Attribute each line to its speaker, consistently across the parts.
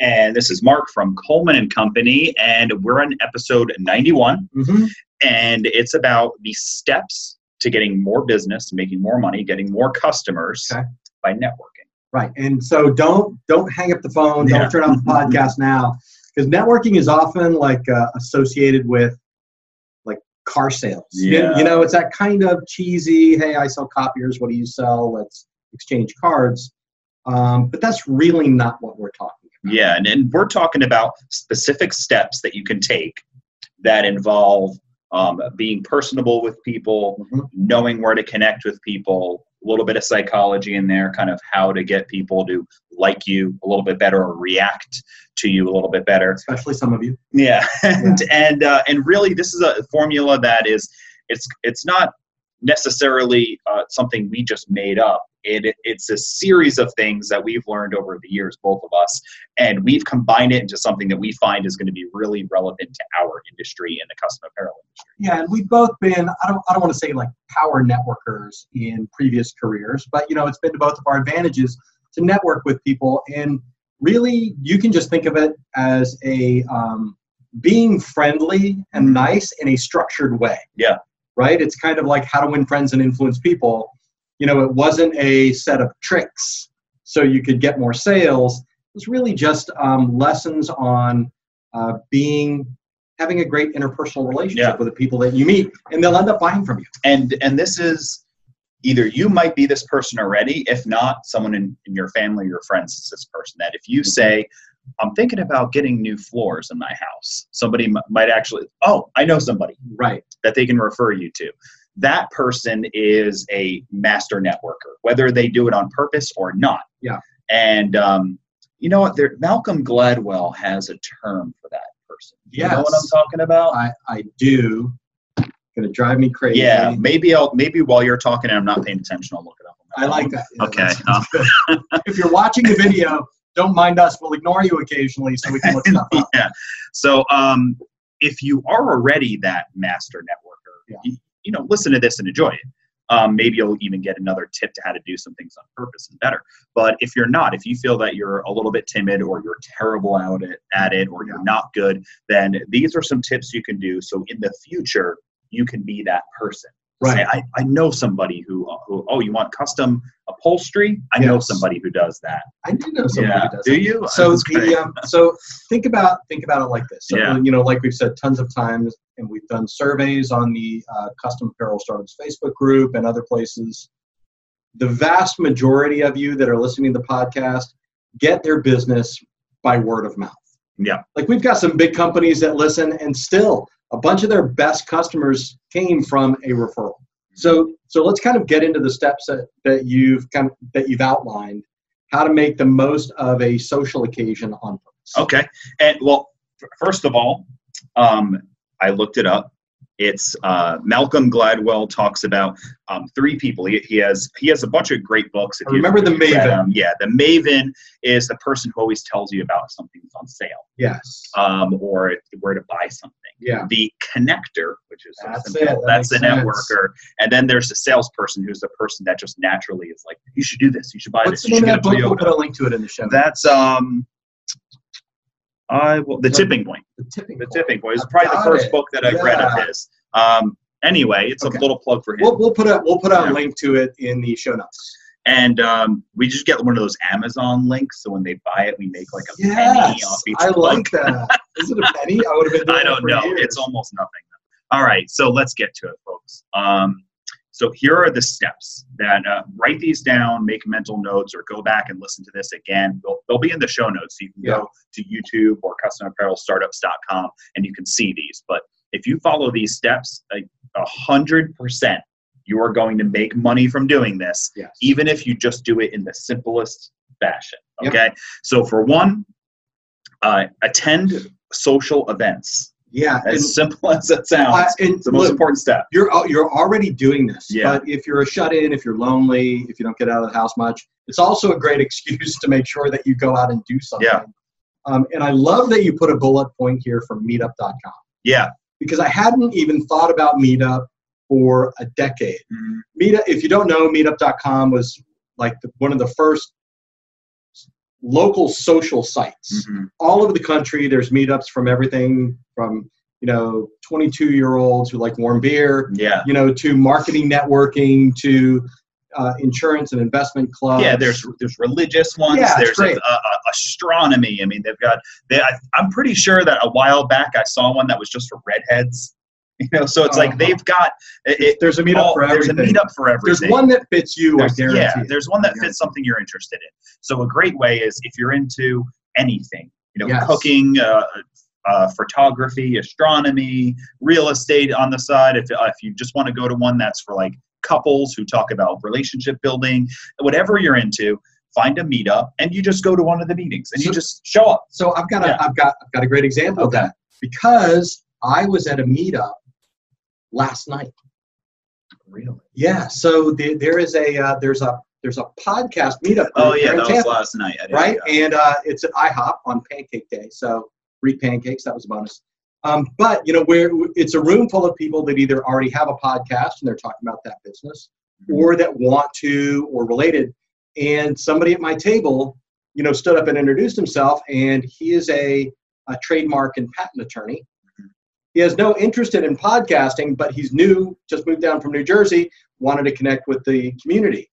Speaker 1: and this is Mark from Coleman and Company, and we're on episode 91,
Speaker 2: Mm-hmm.
Speaker 1: and it's about the steps to getting more business, making more money, getting more customers
Speaker 2: Okay.
Speaker 1: by networking.
Speaker 2: Right, and so don't don't hang up the phone.
Speaker 1: Yeah. Mm-hmm.
Speaker 2: Don't turn off the podcast now, because networking is often like uh, associated with like car sales. You- You,
Speaker 1: Yeah.
Speaker 2: know, it's that kind of cheesy. Hey, I sell copiers. What do you sell? Let's exchange cards. Um, but that's really not what we're talking about.
Speaker 1: Yeah, and, and we're talking about specific steps that you can take that involve um, being personable with people,
Speaker 2: Mhm.
Speaker 1: knowing where to connect with people, a little bit of psychology in there, kind of how to get people to like you a little bit better or react to you a little bit better.
Speaker 2: Especially some of you.
Speaker 1: Yeah, and and uh, and really, this is a formula that is it's it's not necessarily uh, something we just made up. It it's a series of things that we've learned over the years, both of us, and we've combined it into something that we find is going to be really relevant to our industry and the custom apparel industry.
Speaker 2: Yeah, and we've both been, I don't, I don't want to say like power networkers in previous careers, but you know, it's been to both of our advantages to network with people. And really, you can just think of it as a um, being friendly and nice in a structured way.
Speaker 1: Yeah.
Speaker 2: Right? It's kind of like how to win friends and influence people. You know, it wasn't a set of tricks so you could get more sales. It was really just um, lessons on uh, being having a great interpersonal relationship
Speaker 1: Yeah.
Speaker 2: with the people that you meet, and they'll end up buying from you.
Speaker 1: And and this is either you might be this person already, if not, someone in, in your family or friends is this person. That if
Speaker 2: Mm-hmm.
Speaker 1: you say, I'm thinking about getting new floors in my house, somebody m- might actually, oh, I know somebody
Speaker 2: Right.
Speaker 1: that they can refer you to. That person is a master networker, whether they do it on purpose or not.
Speaker 2: Yeah.
Speaker 1: And um, you know what? There, Malcolm Gladwell has a term for that person. You know what I'm
Speaker 2: Yes.
Speaker 1: talking about?
Speaker 2: I, I do. Gonna drive me crazy.
Speaker 1: yeah. Maybe I'll maybe while you're talking and I'm not paying attention, I'll look it up. on my
Speaker 2: I like
Speaker 1: phone.
Speaker 2: that. Yeah,
Speaker 1: Okay.
Speaker 2: that's- If you're watching the video, don't mind us. We'll ignore you occasionally so we can look stuff up.
Speaker 1: yeah. So um, if you are already that master networker,
Speaker 2: Yeah.
Speaker 1: you, you know, listen to this and enjoy it. Um, maybe you'll even get another tip to how to do some things on purpose and better. But if you're not, if you feel that you're a little bit timid or you're terrible at it, at it or
Speaker 2: Yeah.
Speaker 1: you're not good, then these are some tips you can do so in the future you can be that person. Say,
Speaker 2: Right.
Speaker 1: I, I know somebody who, who, oh, you want custom upholstery? I know
Speaker 2: Yes.
Speaker 1: somebody who does that.
Speaker 2: I do know somebody who does
Speaker 1: Do
Speaker 2: it.
Speaker 1: you?
Speaker 2: So
Speaker 1: That's great.
Speaker 2: the, um, so think about think about it like this. So,
Speaker 1: Yeah.
Speaker 2: You know, like we've said tons of times, and we've done surveys on the uh, Custom Apparel Startups Facebook group and other places. The vast majority of you that are listening to the podcast get their business by word of mouth.
Speaker 1: Yeah.
Speaker 2: Like we've got some big companies that listen, and still a bunch of their best customers came from a referral. So so let's kind of get into the steps that, that you've kind of, that you've outlined how to make the most of a social occasion on purpose.
Speaker 1: Okay. And well, f- first of all, um, I looked it up. It's uh, Malcolm Gladwell talks about um, three people. He, he has he has a bunch of great books. If
Speaker 2: I remember
Speaker 1: if
Speaker 2: the
Speaker 1: you've read
Speaker 2: Maven.
Speaker 1: 'em. yeah, the Maven is the person who always tells you about something's on sale
Speaker 2: Yes.
Speaker 1: um, or where to buy something.
Speaker 2: yeah.
Speaker 1: The connector, which is so
Speaker 2: That's
Speaker 1: simple,
Speaker 2: it. That
Speaker 1: that's the
Speaker 2: makes sense.
Speaker 1: networker, and then there's the salesperson who's the person that just naturally is like, you should do this, you should buy
Speaker 2: What's
Speaker 1: this,
Speaker 2: the
Speaker 1: you
Speaker 2: name
Speaker 1: should
Speaker 2: of that
Speaker 1: get a
Speaker 2: book? We'll
Speaker 1: Toyota.
Speaker 2: put a link to it in the show.
Speaker 1: That's um, I will, the tipping point.
Speaker 2: the tipping.
Speaker 1: The
Speaker 2: Point.
Speaker 1: Tipping Point is
Speaker 2: I've
Speaker 1: probably the
Speaker 2: got
Speaker 1: first
Speaker 2: it.
Speaker 1: book that I've read of
Speaker 2: Yeah.
Speaker 1: his. Um, anyway, it's
Speaker 2: Okay.
Speaker 1: a little plug for him.
Speaker 2: We'll, we'll put a we'll put a
Speaker 1: Yeah.
Speaker 2: link to it in the show notes.
Speaker 1: and um, we just get one of those Amazon links, so when they buy it, we make like a penny off
Speaker 2: Yes,
Speaker 1: each
Speaker 2: I
Speaker 1: book.
Speaker 2: like that. Is it a penny? I would have been. Doing
Speaker 1: I
Speaker 2: that
Speaker 1: don't
Speaker 2: for
Speaker 1: know.
Speaker 2: Years.
Speaker 1: It's almost nothing. All right, so let's get to it, folks. Um, so here are the steps that uh, write these down, make mental notes, or go back and listen to this again. They'll, they'll be in the show notes. So you can go to YouTube or customapparelstartups.com and you can see these. But if you follow these steps, like, a hundred percent, you are going to make money from doing this,
Speaker 2: Yes.
Speaker 1: even if you just do it in the simplest fashion.
Speaker 2: Yep.
Speaker 1: Okay. So for one, Uh, attend social events.
Speaker 2: Yeah.
Speaker 1: As
Speaker 2: and-
Speaker 1: simple as that sounds,
Speaker 2: uh, and
Speaker 1: it's the most
Speaker 2: look,
Speaker 1: important step.
Speaker 2: you're al- you're already doing this.
Speaker 1: Yeah.
Speaker 2: But if you're a shut-in, if you're lonely, if you don't get out of the house much, it's also a great excuse to make sure that you go out and do something.
Speaker 1: Yeah.
Speaker 2: Um, and I love that you put a bullet point here from Meetup.com
Speaker 1: Yeah.
Speaker 2: because I hadn't even thought about Meetup for a decade.
Speaker 1: Mm,
Speaker 2: Meetup, if you don't know, Meetup.com was like the, one of the first local social sites
Speaker 1: mhm.
Speaker 2: all over the country. There's meetups from everything from you know 22 year olds who like warm beer
Speaker 1: Yeah.
Speaker 2: you know, to marketing networking, to uh, insurance and investment clubs.
Speaker 1: Yeah, there's there's religious ones.
Speaker 2: Uh, Yeah, it's
Speaker 1: there's
Speaker 2: great.
Speaker 1: uh, uh, astronomy. I mean, they've got. They, I, I'm pretty sure that a while back I saw one that was just for redheads. You know, so it's
Speaker 2: Uh-huh.
Speaker 1: like they've got. It, it-
Speaker 2: there's a meetup
Speaker 1: all-
Speaker 2: for
Speaker 1: there's
Speaker 2: everything.
Speaker 1: a meetup for everything.
Speaker 2: There's one that fits you. I
Speaker 1: There's-
Speaker 2: guarantee.
Speaker 1: yeah,
Speaker 2: it.
Speaker 1: there's one that
Speaker 2: Guarantee.
Speaker 1: fits something you're interested in. So a great way is if you're into anything, you know,
Speaker 2: Yes.
Speaker 1: cooking, uh, uh, photography, astronomy, real estate on the side. If uh, if you just want to go to one that's for like couples who talk about relationship building, whatever you're into, find a meetup and you just go to one of the meetings and you
Speaker 2: So-
Speaker 1: just show up.
Speaker 2: So I've got a,
Speaker 1: Yeah.
Speaker 2: have got, I've got a great example of
Speaker 1: Okay.
Speaker 2: that because I was at a meetup last night.
Speaker 1: Really?
Speaker 2: Yeah. So the, there is a, uh, there's a, there's a podcast meetup.
Speaker 1: Oh
Speaker 2: here
Speaker 1: yeah,
Speaker 2: in
Speaker 1: that was
Speaker 2: Tampa,
Speaker 1: last night. I didn't-
Speaker 2: right? And uh, it's at IHOP on Pancake Day. So free pancakes. That was a bonus. Um, but you know, where it's a room full of people that either already have a podcast and they're talking about that business, or that want to or related. And somebody at my table, you know, stood up and introduced himself, and he is a, a trademark and patent attorney. He has no interest in in podcasting, but he's new, just moved down from New Jersey, wanted to connect with the community.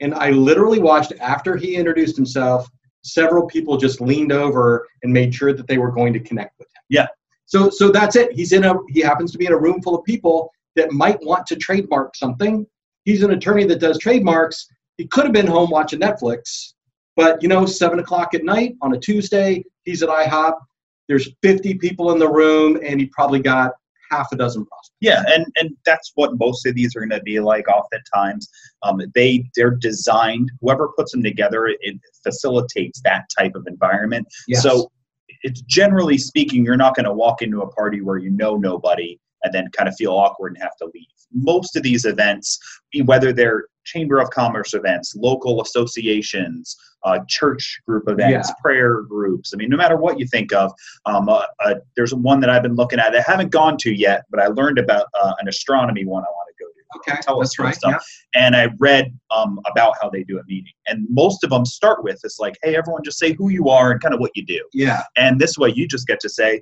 Speaker 2: And I literally watched after he introduced himself, several people just leaned over and made sure that they were going to connect with him.
Speaker 1: Yeah.
Speaker 2: So so that's it. He's in a he happens to be in a room full of people that might want to trademark something he's an attorney that does trademarks. He could have been home watching Netflix, but you know, seven o'clock at night on a Tuesday, he's at IHOP. There's 50 people in the room, and he probably got half a dozen prospects.
Speaker 1: Yeah, and and that's what most of these are going to be like. Oftentimes, um, they they're designed. Whoever puts them together, it, it facilitates that type of environment. So, it's generally speaking, you're not going to walk into a party where you know nobody and then kind of feel awkward and have to leave. Most of these events, e, whether they're chamber of commerce events, local associations, uh, church group events, prayer groups. I mean, no matter what you think of, um, uh, uh, there's one that I've been looking at. I haven't gone to yet, but I learned about uh, an astronomy one I want to go to
Speaker 2: okay,
Speaker 1: tell us
Speaker 2: that's right.
Speaker 1: some and I read um, about how they do a meeting. And most of them start with it's like, hey, everyone, just say who you are and kind of what you do.
Speaker 2: Yeah. yeah.
Speaker 1: And this way, you just get to say,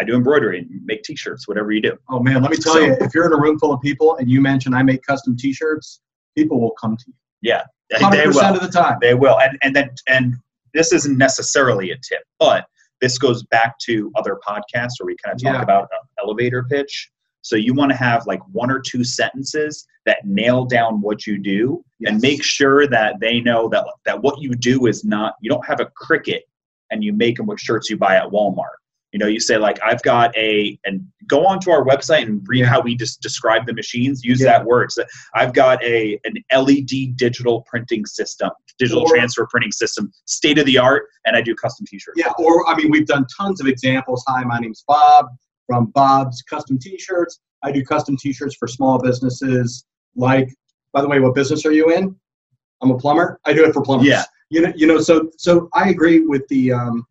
Speaker 1: I do embroidery and make T-shirts, whatever you do.
Speaker 2: Oh man, let me tell
Speaker 1: So-
Speaker 2: you, if you're in a room full of people and you mention I make custom T-shirts, people will come to you.
Speaker 1: And
Speaker 2: 100
Speaker 1: They
Speaker 2: percent of
Speaker 1: will.
Speaker 2: the time.
Speaker 1: They will. And and then and this isn't necessarily a tip, but this goes back to other podcasts where we kind of talk
Speaker 2: Yeah.
Speaker 1: about an elevator pitch. So you want to have like one or two sentences that nail down what you do and
Speaker 2: Yes.
Speaker 1: make sure that they know that that what you do is not you don't have a cricket and you make them with shirts you buy at Walmart. You know, you say like I've got a and go onto our website and read how we just describe the machines. Use
Speaker 2: Yeah.
Speaker 1: that word. So I've got a an LED digital printing system, digital
Speaker 2: Or-
Speaker 1: transfer printing system, state of the art, and I do custom T-shirts.
Speaker 2: Yeah, or I mean, we've done tons of examples. Hi, my name's Bob from Bob's Custom T-Shirts. I do custom T-shirts for small businesses. Like, by the way, what business are you in? I'm a plumber. I do it for plumbers.
Speaker 1: Yeah.
Speaker 2: you know, you know. So, so I agree with the um,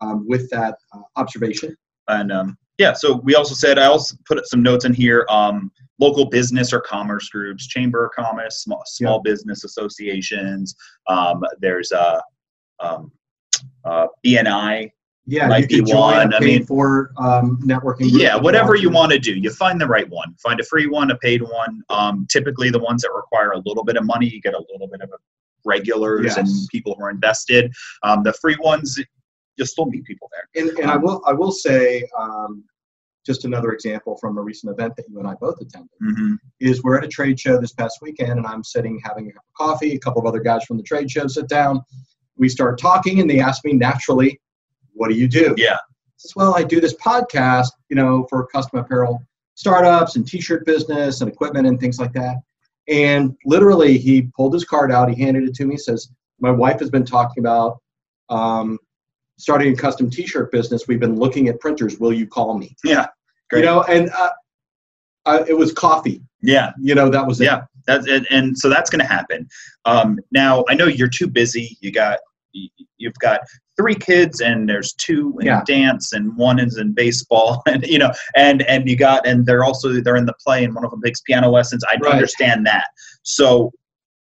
Speaker 2: um, with that uh, observation.
Speaker 1: and um, yeah so we also said i also put some notes in here um, local business or commerce groups chamber of commerce small, small business associations um, there's a um, uh, bni
Speaker 2: Yeah,
Speaker 1: Might
Speaker 2: you can
Speaker 1: be
Speaker 2: join
Speaker 1: one,
Speaker 2: a
Speaker 1: I
Speaker 2: paid
Speaker 1: mean-
Speaker 2: for um, networking. group
Speaker 1: yeah
Speaker 2: if
Speaker 1: whatever you want to do you find the right one find a free one a paid one um, typically the ones that require a little bit of money you get a little bit of a regulars
Speaker 2: Yes.
Speaker 1: and people who are invested um, the free ones you'll still meet people there
Speaker 2: And, and I will I will say um, just another example from a recent event that you and I both attended.
Speaker 1: Mhm.
Speaker 2: is we're at a trade show this past weekend and I'm sitting having a cup of coffee. A couple of other guys from the trade show sit down. We start talking and they ask me naturally, what do you do?
Speaker 1: Yeah.
Speaker 2: I says, well, I do this podcast, you know, for custom apparel startups and t-shirt business and equipment and things like that. And literally he pulled his card out, he handed it to me, says, my wife has been talking about um, starting a custom T-shirt business, we've been looking at printers. Will you call me?
Speaker 1: Yeah, great.
Speaker 2: You know, and uh, uh, it was coffee.
Speaker 1: yeah,
Speaker 2: You know, that was it.
Speaker 1: yeah. That's and, and so that's going to happen. Um, now I know you're too busy. You got you- you've got three kids, and there's two in
Speaker 2: Yeah.
Speaker 1: dance, and one is in baseball, and you know, and and you got and they're also they're in the play, and one of them takes piano lessons. I
Speaker 2: Right.
Speaker 1: understand that. So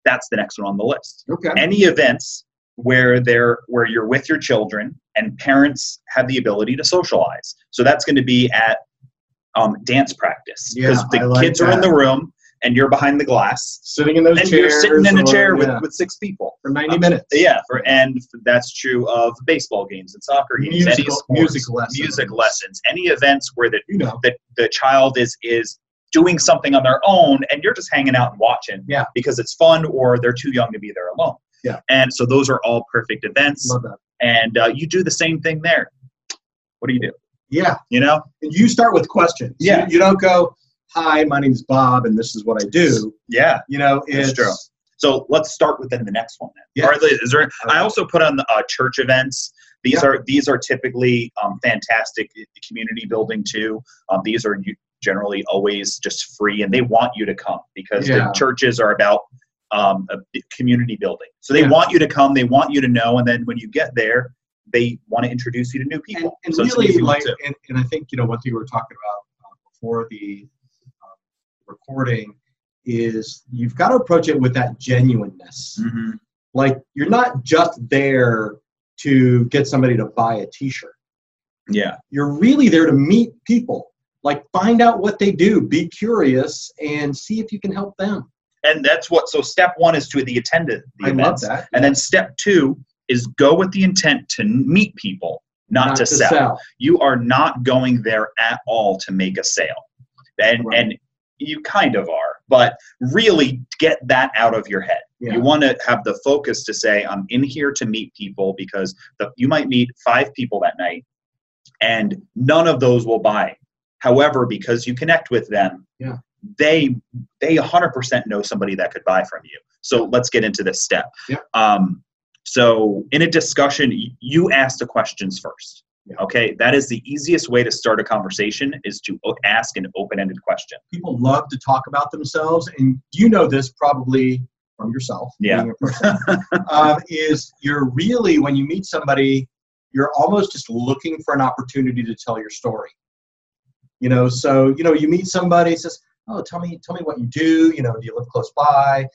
Speaker 1: that's the next one on the list.
Speaker 2: Okay.
Speaker 1: any events where they're where you're with your children and parents have the ability to socialize. So that's going to be at um, dance practice
Speaker 2: Yeah,
Speaker 1: because
Speaker 2: I
Speaker 1: the
Speaker 2: like
Speaker 1: kids are in
Speaker 2: that.
Speaker 1: the room and you're behind the glass
Speaker 2: Sitting in those
Speaker 1: and you're
Speaker 2: chairs.
Speaker 1: sitting in a
Speaker 2: or-
Speaker 1: chair with,
Speaker 2: yeah,
Speaker 1: with six people.
Speaker 2: for 90 minutes.
Speaker 1: Yeah, for, and that's true of baseball games and soccer games, any
Speaker 2: Musical-
Speaker 1: sports,
Speaker 2: music lessons.
Speaker 1: music lessons, any events where the,
Speaker 2: You know.
Speaker 1: the, the child is is doing something on their own and you're just hanging out and watching
Speaker 2: Yeah.
Speaker 1: because it's fun or they're too young to be there alone.
Speaker 2: Yeah.
Speaker 1: And so those are all perfect events.
Speaker 2: Love that.
Speaker 1: And uh, you do the same thing there. What do you do?
Speaker 2: Yeah.
Speaker 1: You know?
Speaker 2: And you start with questions. You-
Speaker 1: Yeah.
Speaker 2: You, don't go, hi, my name's Bob and this is what I do.
Speaker 1: Yeah.
Speaker 2: You know,
Speaker 1: That's
Speaker 2: it's
Speaker 1: true. So let's start with then the next one. Then.
Speaker 2: Yeah.
Speaker 1: Or at least- is there, I also put on the uh, church events. These
Speaker 2: Yeah.
Speaker 1: are these are typically um, fantastic i- community building too. Um, these are u- generally always just free, and they want you to come because
Speaker 2: Yeah.
Speaker 1: the churches are about um, a b- community building. So they
Speaker 2: Yeah.
Speaker 1: want you to come. They want you to know, and then when you get there, they want to introduce you to new
Speaker 2: and,
Speaker 1: people.
Speaker 2: and
Speaker 1: so it's an
Speaker 2: really
Speaker 1: easy one,
Speaker 2: like
Speaker 1: too.
Speaker 2: and, and i think you know one thing we were talking about uh, before the um, recording is you've got to approach it with that genuineness
Speaker 1: Mhm.
Speaker 2: like you're not just there to get somebody to buy a t-shirt
Speaker 1: yeah,
Speaker 2: you're really there to meet people like find out what they do be curious and see if you can help them
Speaker 1: and that's what. So step one is to the attendant. The
Speaker 2: i love
Speaker 1: events.
Speaker 2: that
Speaker 1: And then step two is go with the intent to meet people, not, to, sell. You are not going there at all to make a sale. And
Speaker 2: Right.
Speaker 1: and you kind of are, but really get that out of your head.
Speaker 2: Yeah.
Speaker 1: You want to have the focus to say, I'm in here to meet people because the, you might meet five people that night and none of those will buy. However, because you connect with them,
Speaker 2: Yeah.
Speaker 1: they they 100% know somebody that could buy from you. So let's get into this step.
Speaker 2: Yeah.
Speaker 1: Um, so in a discussion, y- you ask the questions first.
Speaker 2: Yeah.
Speaker 1: Okay, that is the easiest way to start a conversation is to o- ask an open-ended question.
Speaker 2: people love to talk about themselves, and you know this probably from yourself.
Speaker 1: Yeah.
Speaker 2: being a person, um, is you're really when you meet somebody, you're almost just looking for an opportunity to tell your story. You know, so you know, you meet somebody says, "Oh, tell me, tell me what you do." You know, do you live close by?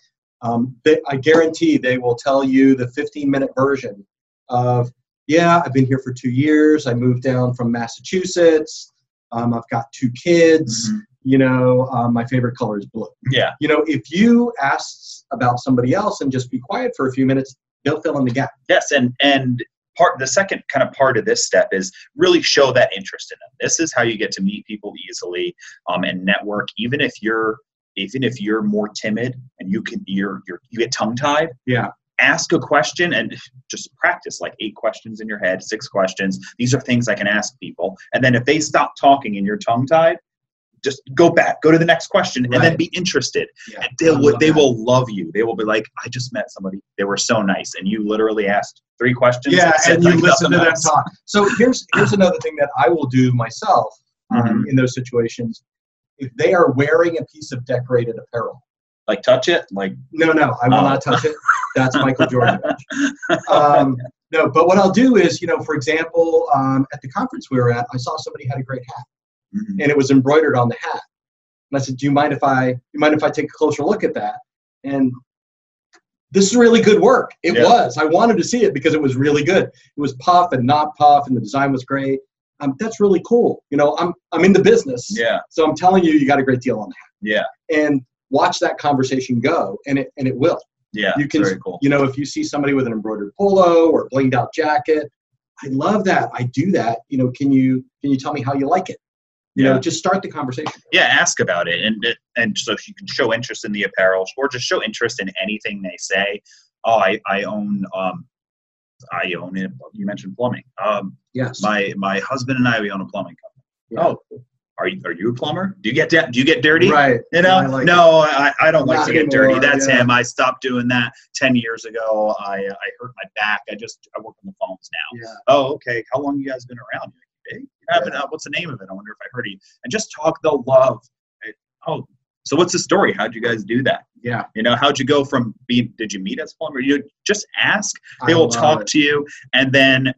Speaker 2: Um, they, I guarantee they will tell you the 15-minute version of, "Yeah, I've been here for two years. I moved down from Massachusetts. Um, I've got two kids." you know, um, my favorite color is blue.
Speaker 1: Yeah,
Speaker 2: You know, if you ask about somebody else and just be quiet for a few minutes, they'll fill in the gap.
Speaker 1: yes, and and part the second kind of part of this step is really show that interest in them. This is how you get to meet people easily um, and network, even if you're even if you're more timid and you can you're, you're you get tongue tied.
Speaker 2: Yeah.
Speaker 1: Ask a question and just practice like eight questions in your head, six questions. These are things I can ask people. And then if they stop talking and you're tongue tied, just go back, go to the next question, and then
Speaker 2: Right.
Speaker 1: be interested.
Speaker 2: Yeah.
Speaker 1: And they
Speaker 2: I
Speaker 1: will
Speaker 2: love
Speaker 1: they
Speaker 2: that.
Speaker 1: will love you. They will be like, I just met somebody. They were so nice, and you literally asked three questions.
Speaker 2: Yeah,
Speaker 1: said
Speaker 2: and you
Speaker 1: like
Speaker 2: listen to
Speaker 1: nothing
Speaker 2: them
Speaker 1: else.
Speaker 2: talk. So here's here's another thing that I will do myself um,
Speaker 1: Mm-hmm.
Speaker 2: in those situations. If they are wearing a piece of decorated apparel,
Speaker 1: Like touch it, like
Speaker 2: no, no, I will
Speaker 1: Oh.
Speaker 2: not touch it. That's Michael Jordan. Um, no, but what I'll do is, you know, for example, um, at the conference we were at, I saw somebody had a great hat.
Speaker 1: mhm.
Speaker 2: and it was embroidered on the hat. And I said, "Do you mind if I you mind if I take a closer look at that?" And this is really good work. It
Speaker 1: Yeah.
Speaker 2: was. I wanted to see it because it was really good. It was puff and not puff, and the design was great. Um, that's really cool. You know, I'm I'm in the business,
Speaker 1: yeah,
Speaker 2: so I'm telling you, you got a great deal on that.
Speaker 1: Yeah.
Speaker 2: And watch that conversation go, and it and it will.
Speaker 1: yeah.
Speaker 2: You can-
Speaker 1: very cool.
Speaker 2: You know, if you see somebody with an embroidered polo or blinged out jacket, I love that. I do that. You know, can you can you tell me how you like it? You
Speaker 1: yeah.
Speaker 2: know, just start the conversation.
Speaker 1: yeah, ask about it, and and so you can show interest in the apparel, or just show interest in anything they say. Oh, I I own um, I own it. You mentioned plumbing. Um,
Speaker 2: Yes.
Speaker 1: my my husband and I we own a plumbing company.
Speaker 2: Yeah.
Speaker 1: Oh, Are you, are you a plumber? Do you get da- do you get dirty?
Speaker 2: Right.
Speaker 1: You know,
Speaker 2: Yeah, I like
Speaker 1: no, I, I don't like
Speaker 2: Not
Speaker 1: to get dirty.
Speaker 2: anymore,
Speaker 1: That's
Speaker 2: yeah.
Speaker 1: him. I stopped doing that ten years ago. I I hurt my back. I just I work on the phones now.
Speaker 2: Yeah.
Speaker 1: Oh, okay. How long you guys been around? You're like, "Hey, you haven't-
Speaker 2: Yeah.
Speaker 1: uh, What's the name of it? I wonder if I heard it. And just talk the love. It- Oh, so what's the story? How'd you guys do that?
Speaker 2: Yeah.
Speaker 1: You know, how'd you go from being? Did you meet as a plumber? You just ask they
Speaker 2: I
Speaker 1: will
Speaker 2: love
Speaker 1: talk
Speaker 2: it.
Speaker 1: to you and then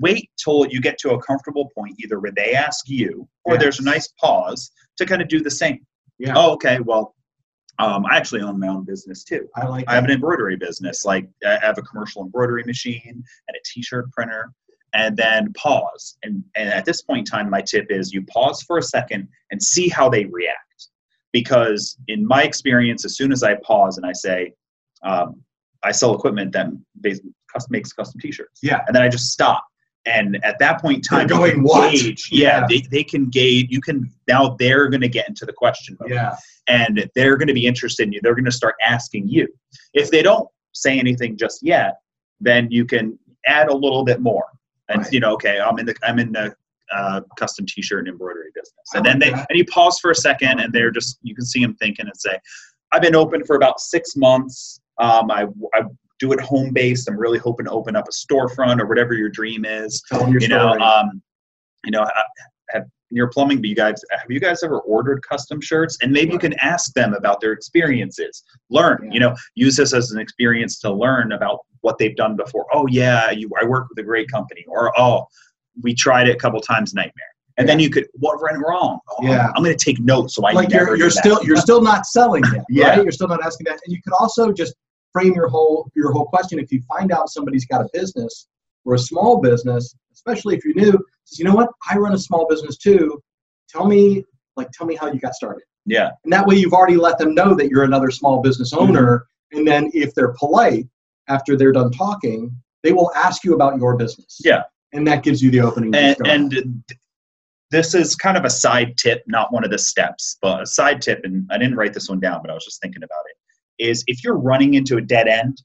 Speaker 1: wait till you get to a comfortable point either where they ask you or
Speaker 2: Yeah.
Speaker 1: there's a nice pause to kind of do the same
Speaker 2: Yeah.
Speaker 1: oh okay well um, i actually own my own business too
Speaker 2: I like
Speaker 1: i have
Speaker 2: that.
Speaker 1: an embroidery business like i have a commercial embroidery machine and a t-shirt printer and then pause and, and at this point in time my tip is you pause for a second and see how they react because in my experience as soon as i pause and i say um, i sell equipment that bas- custom, makes custom t-shirts
Speaker 2: Yeah.
Speaker 1: and then i just stop and at that point in time
Speaker 2: They're
Speaker 1: you
Speaker 2: going,
Speaker 1: can
Speaker 2: "What?"
Speaker 1: gauge- yeah,
Speaker 2: Yeah.
Speaker 1: They, they can gauge you can now they're going to get into the question mode
Speaker 2: Yeah.
Speaker 1: and they're going to be interested in you. They're going to start asking you. If they don't say anything just yet, then you can add a little bit more. And
Speaker 2: Right.
Speaker 1: you know, okay, I'm in the I'm in the uh, custom T-shirt and embroidery business.
Speaker 2: I
Speaker 1: And then
Speaker 2: like
Speaker 1: they
Speaker 2: that.
Speaker 1: and you pause for a second, and they're just you can see them thinking and say, I've been open for about six months. Um, I I do it home based. I'm really hoping to open up a storefront or whatever your dream is
Speaker 2: Tell them your
Speaker 1: you
Speaker 2: story.
Speaker 1: know, um, you know, ha- have your plumbing, but you guys, have you guys ever ordered custom shirts? And maybe you can ask them about their experiences. Learn,
Speaker 2: Yeah.
Speaker 1: you know, use this as an experience to learn about what they've done before. Oh yeah, you, I work with a great company, or oh, we tried it a couple times, nightmare. And then you could what went wrong? Oh,
Speaker 2: Yeah.
Speaker 1: I'm going to take notes so I
Speaker 2: like
Speaker 1: never
Speaker 2: you're
Speaker 1: do
Speaker 2: you're
Speaker 1: that.
Speaker 2: still you're still not selling yet,
Speaker 1: Yeah.
Speaker 2: right? You're still not asking that, and you could also just frame your whole your whole question. If you find out somebody's got a business or a small business, especially if you're new, says you know what, I run a small business too. Tell me like tell me how you got started,
Speaker 1: yeah,
Speaker 2: and that way you've already let them know that you're another small business
Speaker 1: Mm-hmm.
Speaker 2: owner. And then if they're polite after they're done talking, they will ask you about your business.
Speaker 1: Yeah.
Speaker 2: and that gives you the opening. to
Speaker 1: and,
Speaker 2: start.
Speaker 1: and th- this is kind of a side tip, not one of the steps, but a side tip, and I didn't write this one down, but I was just thinking about it. Is if you're running into a dead end,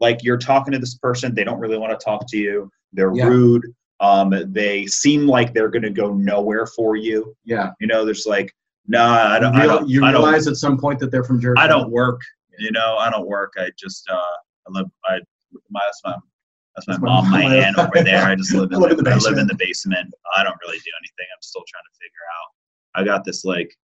Speaker 1: like you're talking to this person, they don't really want to talk to you, they're
Speaker 2: Yeah.
Speaker 1: rude, um, they seem like they're going to go nowhere for you.
Speaker 2: yeah,
Speaker 1: You know, there's like, nah, I don't, I don't,
Speaker 2: you
Speaker 1: I don't,
Speaker 2: realize at some point that they're from Jersey.
Speaker 1: I don't work. You know, I don't work. I just, uh, I live, I, my, that's my, that's my
Speaker 2: That's my
Speaker 1: mom, my
Speaker 2: mom.
Speaker 1: aunt over there. I just live in,
Speaker 2: I live in
Speaker 1: the,
Speaker 2: the
Speaker 1: I live in
Speaker 2: basement.
Speaker 1: the basement. I don't really do anything. I'm still trying to figure out. I got this like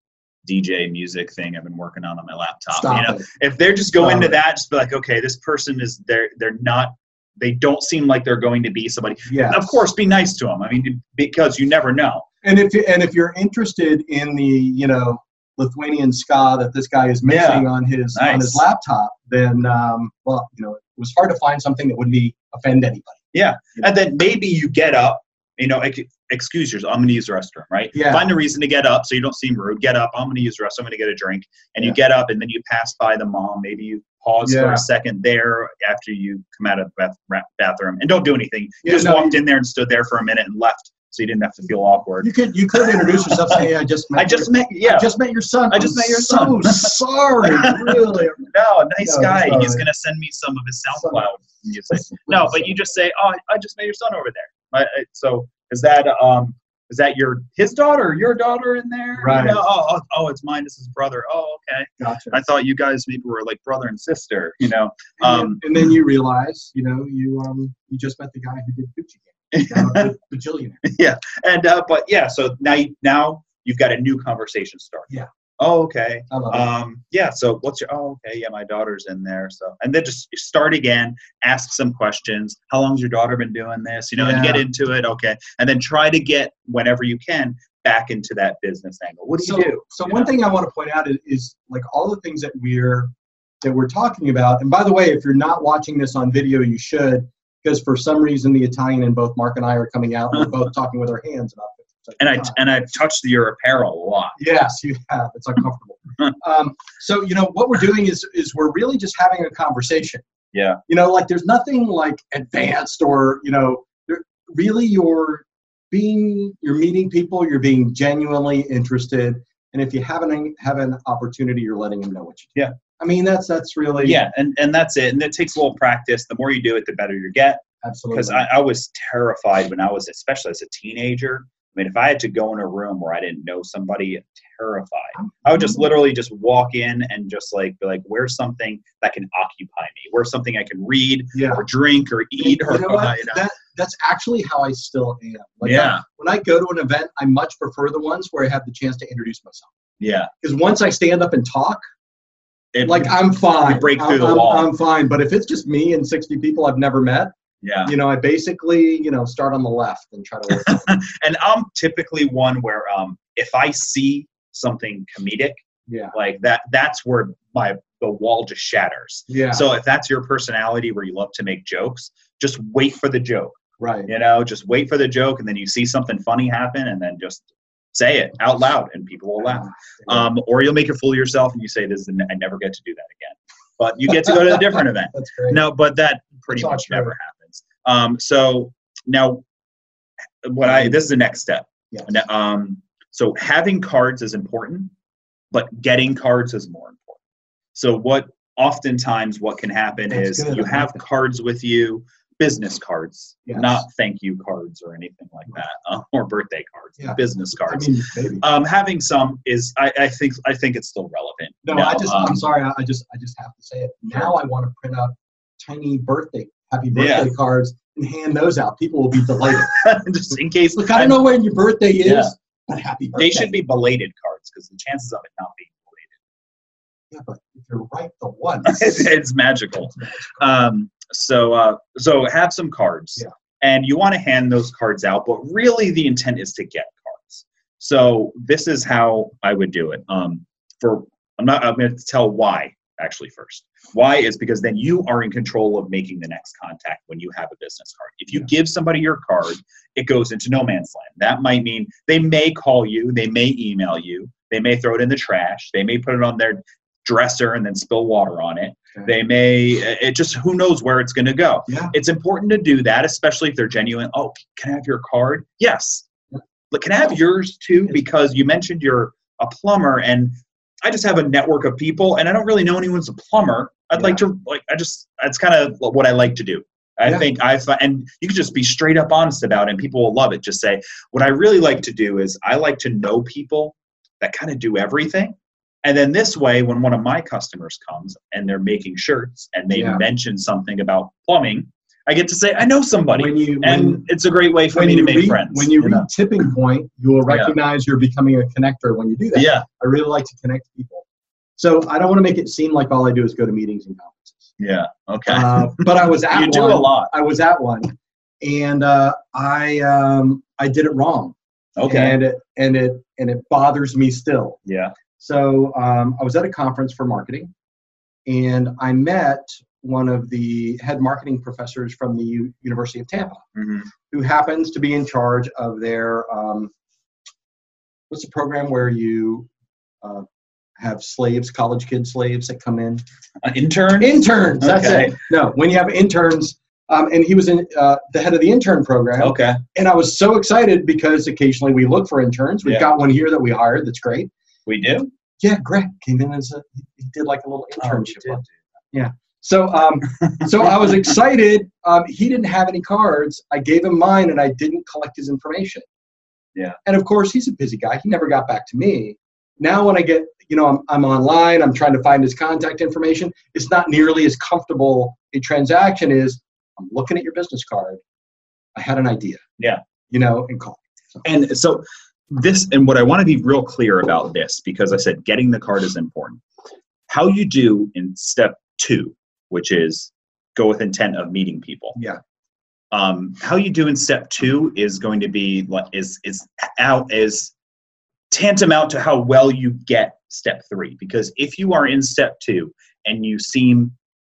Speaker 1: DJ music thing I've been working on on my laptop.
Speaker 2: Stop
Speaker 1: you know,
Speaker 2: it.
Speaker 1: if they're just go
Speaker 2: Stop
Speaker 1: into
Speaker 2: it.
Speaker 1: that, just be like, okay, this person is they're they're not. They don't seem like they're going to be somebody.
Speaker 2: Yeah.
Speaker 1: Of course, be nice to them. I mean, because you never know.
Speaker 2: And if you- and if you're interested in the you know Lithuanian ska that this guy is mixing on his on
Speaker 1: Nice.
Speaker 2: his laptop, then um, well you know it was hard to find something that wouldn't be offend anybody.
Speaker 1: And then maybe you get up, you know, ex- excuse yours, I'm going to use the restroom, right?
Speaker 2: Yeah.
Speaker 1: Find a reason to get up so you don't seem rude. Get up, I'm going to use the restroom, I'm going to get a drink. And you
Speaker 2: Yeah.
Speaker 1: get up and then you pass by the mom. Maybe you pause for
Speaker 2: Yeah.
Speaker 1: a second there after you come out of the bath- ra- bathroom and don't do anything. You
Speaker 2: Yeah,
Speaker 1: just
Speaker 2: no,
Speaker 1: walked in there and stood there for a minute and left so you didn't have to feel awkward.
Speaker 2: You could you could introduce yourself. Say "Hey, I just met
Speaker 1: I just
Speaker 2: your,
Speaker 1: met, yeah.
Speaker 2: I just met your son.
Speaker 1: I just
Speaker 2: I'm
Speaker 1: met your
Speaker 2: so
Speaker 1: son."
Speaker 2: sorry, really.
Speaker 1: no, nice
Speaker 2: No,
Speaker 1: guy.
Speaker 2: sorry.
Speaker 1: He's going to send me some of his
Speaker 2: Sorry.
Speaker 1: SoundCloud music. No, but you just say, "Oh, I just met your son over there." I, I, so is that um is that your his daughter, your daughter in there? You
Speaker 2: Right.
Speaker 1: know, oh, oh, oh, it's mine. It's his brother. Oh, okay.
Speaker 2: Gotcha.
Speaker 1: I thought you guys maybe were like brother and sister. You know. um,
Speaker 2: and, then, and then you realize you know you um you just met the guy who did Gucci Gang, now a bajillionaire.
Speaker 1: And uh, but yeah, so now you, now you've got a new conversation started.
Speaker 2: Yeah.
Speaker 1: Oh, okay.
Speaker 2: I love it.
Speaker 1: Um, yeah. So what's your? Oh, okay. Yeah, my daughter's in there. So and then just start again. Ask some questions. How long's your daughter been doing this? You know, and
Speaker 2: Yeah.
Speaker 1: get into it. Okay, and then try to get whenever you can back into that business angle. What do
Speaker 2: so,
Speaker 1: you do?
Speaker 2: So
Speaker 1: You
Speaker 2: one
Speaker 1: know?
Speaker 2: thing I want to point out is, is like all the things that we're that we're talking about. And by the way, if you're not watching this on video, you should because for some reason the Italian and both Mark and I are coming out. and We're both talking with our hands about it.
Speaker 1: And I and I've touched your apparel a lot.
Speaker 2: Yes, you have. It's uncomfortable. um, so you know what we're doing is is we're really just having a conversation.
Speaker 1: Yeah.
Speaker 2: You know, like there's nothing like advanced or you know, you're- really you're being you're meeting people, you're being genuinely interested, and if you have an have an opportunity, you're letting them know what you do.
Speaker 1: Yeah.
Speaker 2: I mean that's that's really
Speaker 1: Yeah, and, and that's it. And it takes a little practice. The more you do it, the better you get.
Speaker 2: absolutely
Speaker 1: Because I, I was terrified when I was, especially as a teenager, I mean, if I had to go in a room where I didn't know somebody, I'm terrified. I would just
Speaker 2: Mm-hmm.
Speaker 1: literally just walk in and just like be like, "Where's something that can occupy me? Where's something I can read
Speaker 2: Yeah.
Speaker 1: or drink or eat or
Speaker 2: You know what?
Speaker 1: you know?
Speaker 2: That, that's actually how I still am. Like
Speaker 1: uh, yeah,
Speaker 2: I- when I go to an event, I much prefer the ones where I have the chance to introduce myself.
Speaker 1: yeah."
Speaker 2: Because once I stand up and talk,
Speaker 1: It,
Speaker 2: like I'm fine.
Speaker 1: you break
Speaker 2: I'm-
Speaker 1: through the
Speaker 2: I'm,
Speaker 1: wall.
Speaker 2: I'm fine. But if it's just me and 60 people I've never met,
Speaker 1: yeah,
Speaker 2: you know, I basically, you know, start on the left and try to work. on it.
Speaker 1: and I'm typically one where um, if I see something comedic
Speaker 2: yeah.
Speaker 1: like that, that's where my the wall just shatters.
Speaker 2: Yeah.
Speaker 1: So if that's your personality where you love to make jokes, just wait for the joke.
Speaker 2: right.
Speaker 1: you know just wait for the joke and then you see something funny happen and then just say it out loud and people will laugh um, or you'll make a fool of yourself and you say this is i never get to do that again but you get to go to a different event
Speaker 2: That's great.
Speaker 1: no but that pretty
Speaker 2: It's all
Speaker 1: much
Speaker 2: true.
Speaker 1: never happens um, so now what i this is the next step
Speaker 2: Yes.
Speaker 1: And, um, so having cards is important but getting cards is more important so what oftentimes what can happen
Speaker 2: That's
Speaker 1: is
Speaker 2: good.
Speaker 1: you
Speaker 2: I like
Speaker 1: have
Speaker 2: that.
Speaker 1: cards with you business cards
Speaker 2: Yes.
Speaker 1: not thank you cards or anything like that uh, or birthday cards
Speaker 2: Yeah.
Speaker 1: business
Speaker 2: I
Speaker 1: cards
Speaker 2: mean, maybe.
Speaker 1: um, having some is I, I think i think it's still relevant
Speaker 2: No,
Speaker 1: you know,
Speaker 2: I just,
Speaker 1: um,
Speaker 2: I'm sorry. I I just, I just have to say it. Now I want to print out tiny birthday, happy birthday cards and hand those out. People will be delighted.
Speaker 1: just in case
Speaker 2: Look, I don't know when your birthday is,
Speaker 1: Yeah.
Speaker 2: but happy birthday.
Speaker 1: they should be belated cards because the chances of it not being belated
Speaker 2: Yeah, but if you're right the once.
Speaker 1: it's, it's magical um, so uh, so have some cards
Speaker 2: Yeah.
Speaker 1: and you want to hand those cards out but really the intent is to get cards so this is how i would do it um, for i'm not i'm going to tell why actually first why is because then you are in control of making the next contact when you have a business card if you
Speaker 2: Yeah.
Speaker 1: give somebody your card it goes into no man's land that might mean they may call you they may email you they may throw it in the trash they may put it on their dresser and then spill water on it
Speaker 2: Okay.
Speaker 1: they may it just who knows where it's going to go
Speaker 2: Yeah.
Speaker 1: it's important to do that especially if they're genuine oh can i have your card yes but can i have yours too because you mentioned you're a plumber and i just have a network of people and i don't really know anyone's a plumber i'd like to like i just that's kind of what i like to do i
Speaker 2: Yeah.
Speaker 1: think i fi- and you can just be straight up honest about it and people will love it just say what i really like to do is i like to know people that kind of do everything and then this way, when one of my customers comes and they're making shirts and they
Speaker 2: Yeah.
Speaker 1: mention something about plumbing, I get to say, I know somebody.
Speaker 2: When you,
Speaker 1: and
Speaker 2: when,
Speaker 1: it's a great way for
Speaker 2: when
Speaker 1: me to
Speaker 2: you
Speaker 1: make
Speaker 2: reach,
Speaker 1: friends.
Speaker 2: when you, reach
Speaker 1: know?
Speaker 2: tipping point, you will
Speaker 1: Yeah.
Speaker 2: recognize you're becoming a connector when you do that.
Speaker 1: Yeah,
Speaker 2: I really like to connect people. So I don't want to make it seem like all I do is go to meetings and conferences.
Speaker 1: yeah, okay.
Speaker 2: Uh, but I was at
Speaker 1: you do
Speaker 2: one.
Speaker 1: a lot.
Speaker 2: I was at one, and uh, I um, I did it wrong.
Speaker 1: Okay.
Speaker 2: And it and it and it bothers me still.
Speaker 1: Yeah,
Speaker 2: So um, I was at a conference for marketing, and I met one of the head marketing professors from the U- University of Tampa,
Speaker 1: hmm
Speaker 2: who happens to be in charge of their um, what's the program where you uh, have slaves, college kid slaves that come in.
Speaker 1: An Uh, intern?
Speaker 2: Interns. That's
Speaker 1: Okay.
Speaker 2: it. No, when you have interns. Um, and he was in uh, the head of the intern program,
Speaker 1: Okay.
Speaker 2: and I was so excited because occasionally we look for interns. We've
Speaker 1: Yeah.
Speaker 2: got one here that we hired. That's great.
Speaker 1: We do?
Speaker 2: Yeah, Greg came in as a he did like a little internship.
Speaker 1: Oh, did.
Speaker 2: one. yeah. So um, so I was excited. Um, he didn't have any cards. I gave him mine, and I didn't collect his information.
Speaker 1: Yeah.
Speaker 2: And of course, he's a busy guy. He never got back to me. Now, when I get, you know, I'm, I'm online. I'm trying to find his contact information. It's not nearly as comfortable a transaction. Is I'm looking at your business card. I had an idea.
Speaker 1: Yeah.
Speaker 2: You know, and call.
Speaker 1: And so this and what I want to be real clear about this because I said getting the card is important. How you do in step 2, which is go with intent of meeting people.
Speaker 2: Yeah.
Speaker 1: Um, how you do in step 2 is going to be like is is out is tantamount to how well you get step 3 because if you are in step 2 and you seem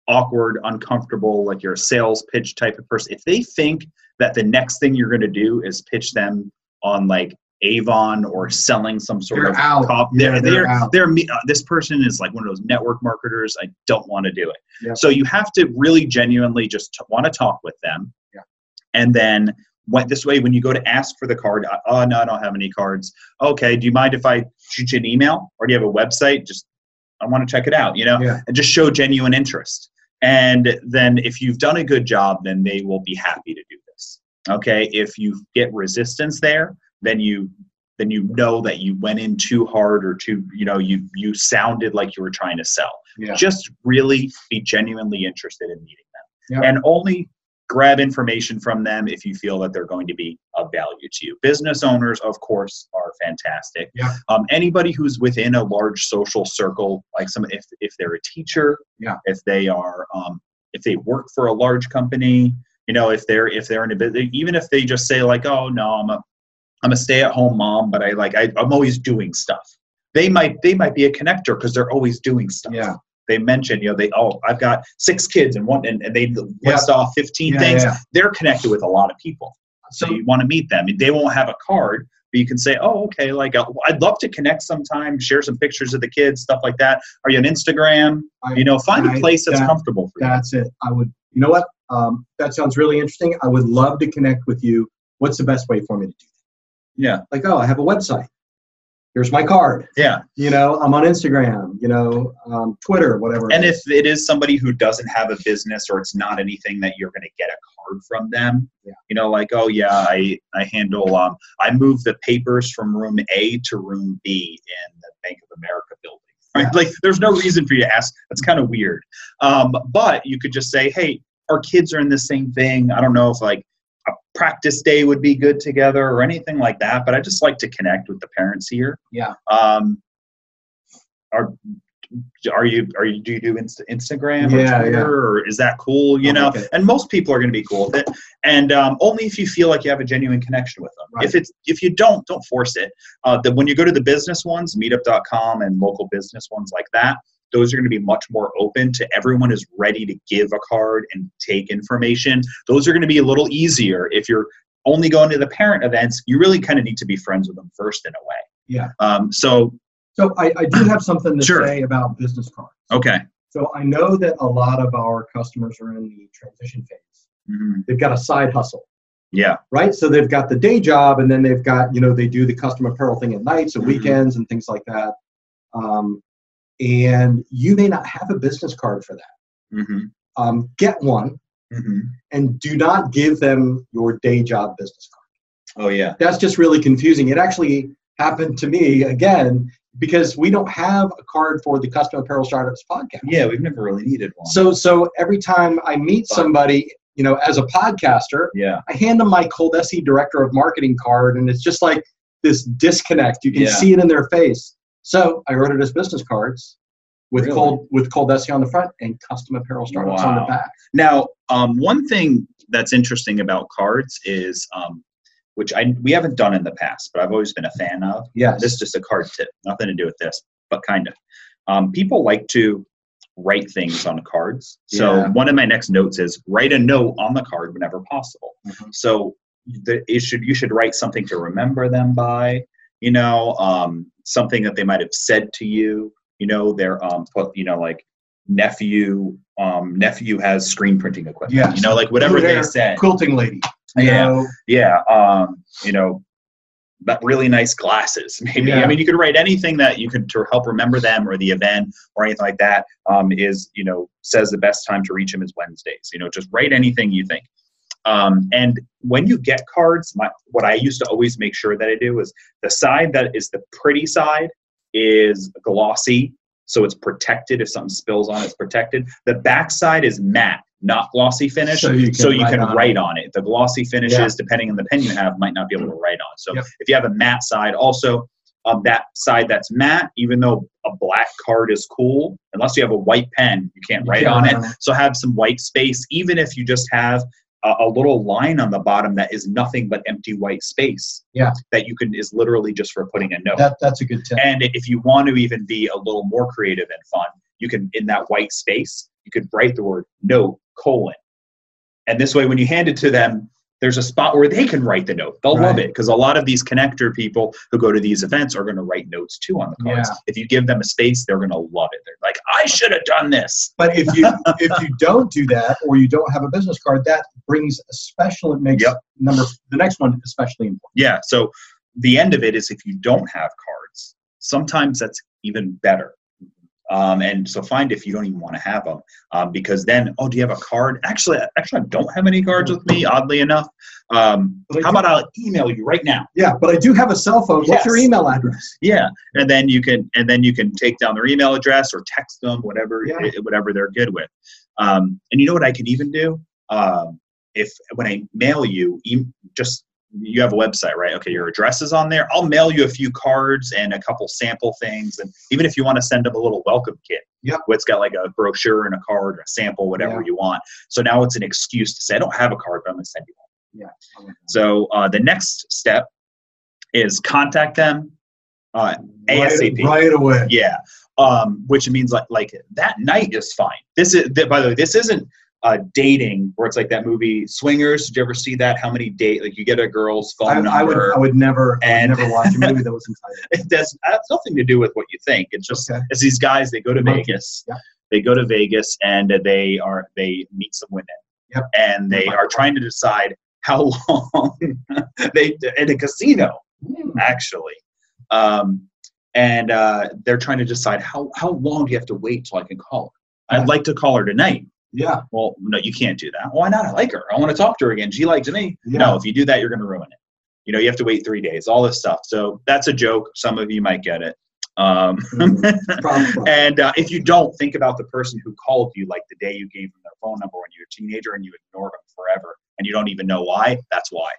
Speaker 1: awkward, uncomfortable, like you're a sales pitch type of person, if they think that the next thing you're going to do is pitch them on like Avon or selling some sort
Speaker 2: They're
Speaker 1: of
Speaker 2: out.
Speaker 1: cop-
Speaker 2: Yeah,
Speaker 1: they're,
Speaker 2: they're
Speaker 1: they're,
Speaker 2: out.
Speaker 1: they're me- uh, this person is like one of those network marketers. I don't want to do it.
Speaker 2: Yeah.
Speaker 1: So you have to really genuinely just t- want to talk with them.
Speaker 2: Yeah.
Speaker 1: And then went this way when you go to ask for the card. uh, Oh no, I don't have any cards. Okay, do you mind if I shoot you an email or do you have a website? Just I want to check it out. You know,
Speaker 2: Yeah.
Speaker 1: and just show genuine interest. And then if you've done a good job, then they will be happy to do this. Okay, if you get resistance there, then you then you know that you went in too hard or too you know you you sounded like you were trying to sell
Speaker 2: Yeah.
Speaker 1: just really be genuinely interested in meeting them
Speaker 2: Yeah.
Speaker 1: and only grab information from them if you feel that they're going to be of value to you business owners of course are fantastic
Speaker 2: Yeah.
Speaker 1: um, anybody who's within a large social circle like some if if they're a teacher
Speaker 2: Yeah.
Speaker 1: if they are um, if they work for a large company you know if they're if they're in a business even if they just say like oh no i'm a i'm a stay at home mom but i like I, i'm always doing stuff they might they might be a connector because they're always doing stuff
Speaker 2: Yeah.
Speaker 1: they mention, you know, they oh, I've got six kids and one, and, and they list off fifteen
Speaker 2: Yeah,
Speaker 1: things.
Speaker 2: yeah.
Speaker 1: They're connected with a lot of people, so
Speaker 2: So
Speaker 1: you want to meet them. They won't have a card, but you can say, oh, okay, like uh, I'd love to connect sometime, share some pictures of the kids, stuff like that. Are you on Instagram?
Speaker 2: I-
Speaker 1: you know, find
Speaker 2: I-
Speaker 1: a place that's
Speaker 2: that-
Speaker 1: comfortable for you.
Speaker 2: that's it. I would, you know what? Um, that sounds really interesting. I would love to connect with you. What's the best way for me to do
Speaker 1: Yeah,
Speaker 2: that? Like, oh, I have a website. Here's my card.
Speaker 1: yeah.
Speaker 2: You know, I'm on Instagram, you know, um, Twitter, whatever.
Speaker 1: And if it is somebody who doesn't have a business or it's not anything that you're going to get a card from them,
Speaker 2: Yeah.
Speaker 1: you know, like, oh yeah, I, I handle, um, I move the papers from room A to room B in the Bank of America building. Right?
Speaker 2: Yeah.
Speaker 1: Like, there's no reason for you to ask. That's kind of weird. Um, but you could just say, hey, our kids are in the same thing. I don't know if like a practice day would be good together or anything like that. But I just like to connect with the parents here.
Speaker 2: Yeah.
Speaker 1: Um, are are you are you do you do Inst- Instagram or
Speaker 2: Yeah,
Speaker 1: Twitter
Speaker 2: yeah.
Speaker 1: or is that cool? You
Speaker 2: I
Speaker 1: know,
Speaker 2: like it.
Speaker 1: and most people are going to be cool with it, and um, only if you feel like you have a genuine connection with them.
Speaker 2: Right.
Speaker 1: If it's if you don't, don't force it. Uh, that when you go to the business ones, Meetup.com and local business ones like that, those are going to be much more open to everyone is ready to give a card and take information. Those are going to be a little easier if you're only going to the parent events. You really kind of need to be friends with them first in a way.
Speaker 2: Yeah.
Speaker 1: Um, so
Speaker 2: so I, I do have something to
Speaker 1: Sure. Oh.
Speaker 2: say about business cards.
Speaker 1: okay.
Speaker 2: So I know that a lot of our customers are in the transition phase.
Speaker 1: Mhm.
Speaker 2: They've got a side hustle,
Speaker 1: Yeah.
Speaker 2: right? So they've got the day job, and then they've got you know they do the custom apparel thing at nights and
Speaker 1: Mhm.
Speaker 2: weekends and things like that. Um, and you may not have a business card for that.
Speaker 1: Mm-hmm.
Speaker 2: Um, get one,
Speaker 1: Mm-hmm.
Speaker 2: and do not give them your day job business card.
Speaker 1: Oh yeah.
Speaker 2: That's just really confusing. It actually happened to me again because we don't have a card for the Custom Apparel Startups podcast.
Speaker 1: Yeah, we've never really needed one.
Speaker 2: So so every time I meet somebody, you know, as a podcaster,
Speaker 1: yeah.
Speaker 2: I hand them my Coldesi Director of Marketing card, and it's just like this disconnect. You can
Speaker 1: Yeah.
Speaker 2: see it in their face. So I ordered us business cards with
Speaker 1: Really?
Speaker 2: cold with Coldesi on the front and custom apparel startups on the
Speaker 1: Wow.
Speaker 2: back.
Speaker 1: Now, um, one thing that's interesting about cards is, um, which I we haven't done in the past, but I've always been a fan of.
Speaker 2: Yes.
Speaker 1: This is just a card tip, nothing to do with this, but kind of. Um, people like to write things on cards. So
Speaker 2: Yeah.
Speaker 1: one of my next notes is write a note on the card whenever possible.
Speaker 2: Mm-hmm.
Speaker 1: So the, it should you should write something to remember them by. You know, um, something that they might have said to you. You know, their um, put, you know, like nephew um, nephew has screen printing equipment.
Speaker 2: Yes.
Speaker 1: You know, like whatever
Speaker 2: Over
Speaker 1: they
Speaker 2: there.
Speaker 1: said.
Speaker 2: Quilting lady. you
Speaker 1: Yeah,
Speaker 2: know?
Speaker 1: yeah. Um, you know, but really nice glasses. Maybe
Speaker 2: Yeah.
Speaker 1: I mean, you could write anything that you could to help remember them or the event or anything like that. Um, is you know says the best time to reach him is Wednesdays. You know, just write anything you think. Um, and when you get cards, my, what I used to always make sure that I do is the side that is the pretty side is glossy, so it's protected. If something spills on, it, it's protected. The back side is matte, not glossy finish,
Speaker 2: So you can write on
Speaker 1: write on it. The glossy finishes,
Speaker 2: Yeah.
Speaker 1: depending on the pen you have, might not be able to write on. So
Speaker 2: Yep.
Speaker 1: if you have a matte side, also on that side that's matte, even though a black card is cool, unless you have a white pen, you can't
Speaker 2: You
Speaker 1: write
Speaker 2: can't
Speaker 1: on
Speaker 2: write
Speaker 1: it.
Speaker 2: on it.
Speaker 1: So have some white space, even if you just have a, a little line on the bottom that is nothing but empty white space.
Speaker 2: Yeah.
Speaker 1: That you can is literally just for putting a note.
Speaker 2: That that's a good tip.
Speaker 1: And if you want to even be a little more creative and fun, you can in that white space, you could write the word note colon. And this way when you hand it to them, there's a spot where they can write the note. They'll love
Speaker 2: Right.
Speaker 1: it because a lot of these connector people who go to these events are going to write notes too on the cards.
Speaker 2: Yeah.
Speaker 1: If you give them a space, they're going to love it. They're like, I should have done this.
Speaker 2: But if you if you don't do that or you don't have a business card, that brings a special it makes
Speaker 1: Yep.
Speaker 2: number the next one especially important.
Speaker 1: Yeah. So the end of it is if you don't have cards, sometimes that's even better. Um, and so find if you don't even want to have them um, because then oh do you have a card actually actually i don't have any cards with me oddly enough um, how about i'll email you right now
Speaker 2: Yeah, but I do have a cell phone. What's your
Speaker 1: Yes.
Speaker 2: email address?
Speaker 1: yeah and then you can and then you can take down their email address or text them whatever
Speaker 2: Yeah.
Speaker 1: eh, whatever they're good with um, and you know what i can even do um, if when i mail you e- just you have a website right okay your address is on there i'll mail you a few cards and a couple sample things and even if you want to send them a little welcome kit
Speaker 2: Yeah.
Speaker 1: where it's got like a brochure and a card or a sample whatever
Speaker 2: Yeah.
Speaker 1: you want so now it's an excuse to say i don't have a card but i'm going to send you one
Speaker 2: Right
Speaker 1: so uh, the next step is contact them uh, ASAP.
Speaker 2: Right away.
Speaker 1: yeah um which means like like that night is fine this is th- by the way this isn't uh dating where it's like that movie swingers did you ever see that how many date like you get a girl's phone
Speaker 2: I,
Speaker 1: number
Speaker 2: I would, I would never, I
Speaker 1: And-
Speaker 2: would never watch a movie that was entitled.
Speaker 1: it does that's nothing to do with what you think it's just
Speaker 2: Okay.
Speaker 1: it's these guys they go to
Speaker 2: Okay.
Speaker 1: vegas
Speaker 2: Yeah.
Speaker 1: they go to vegas and they are they meet some women
Speaker 2: Yep.
Speaker 1: and they are trying to decide how long they in a casino actually. Um, and uh, they're trying to decide how, how long do you have to wait till I can call her? I'd like to call her tonight.
Speaker 2: Yeah.
Speaker 1: Well, no, you can't do that. Why not? I like her. I want to talk to her again. She likes me.
Speaker 2: Yeah.
Speaker 1: No, if you do that, you're going to ruin it. You know, you have to wait three days, all this stuff. So that's a joke. Some of you might get it. Um,
Speaker 2: Mm. Probably.
Speaker 1: and uh, if you don't, think about the person who called you like the day you gave them their phone number when you were a teenager and you ignore them forever and you don't even know why. That's why.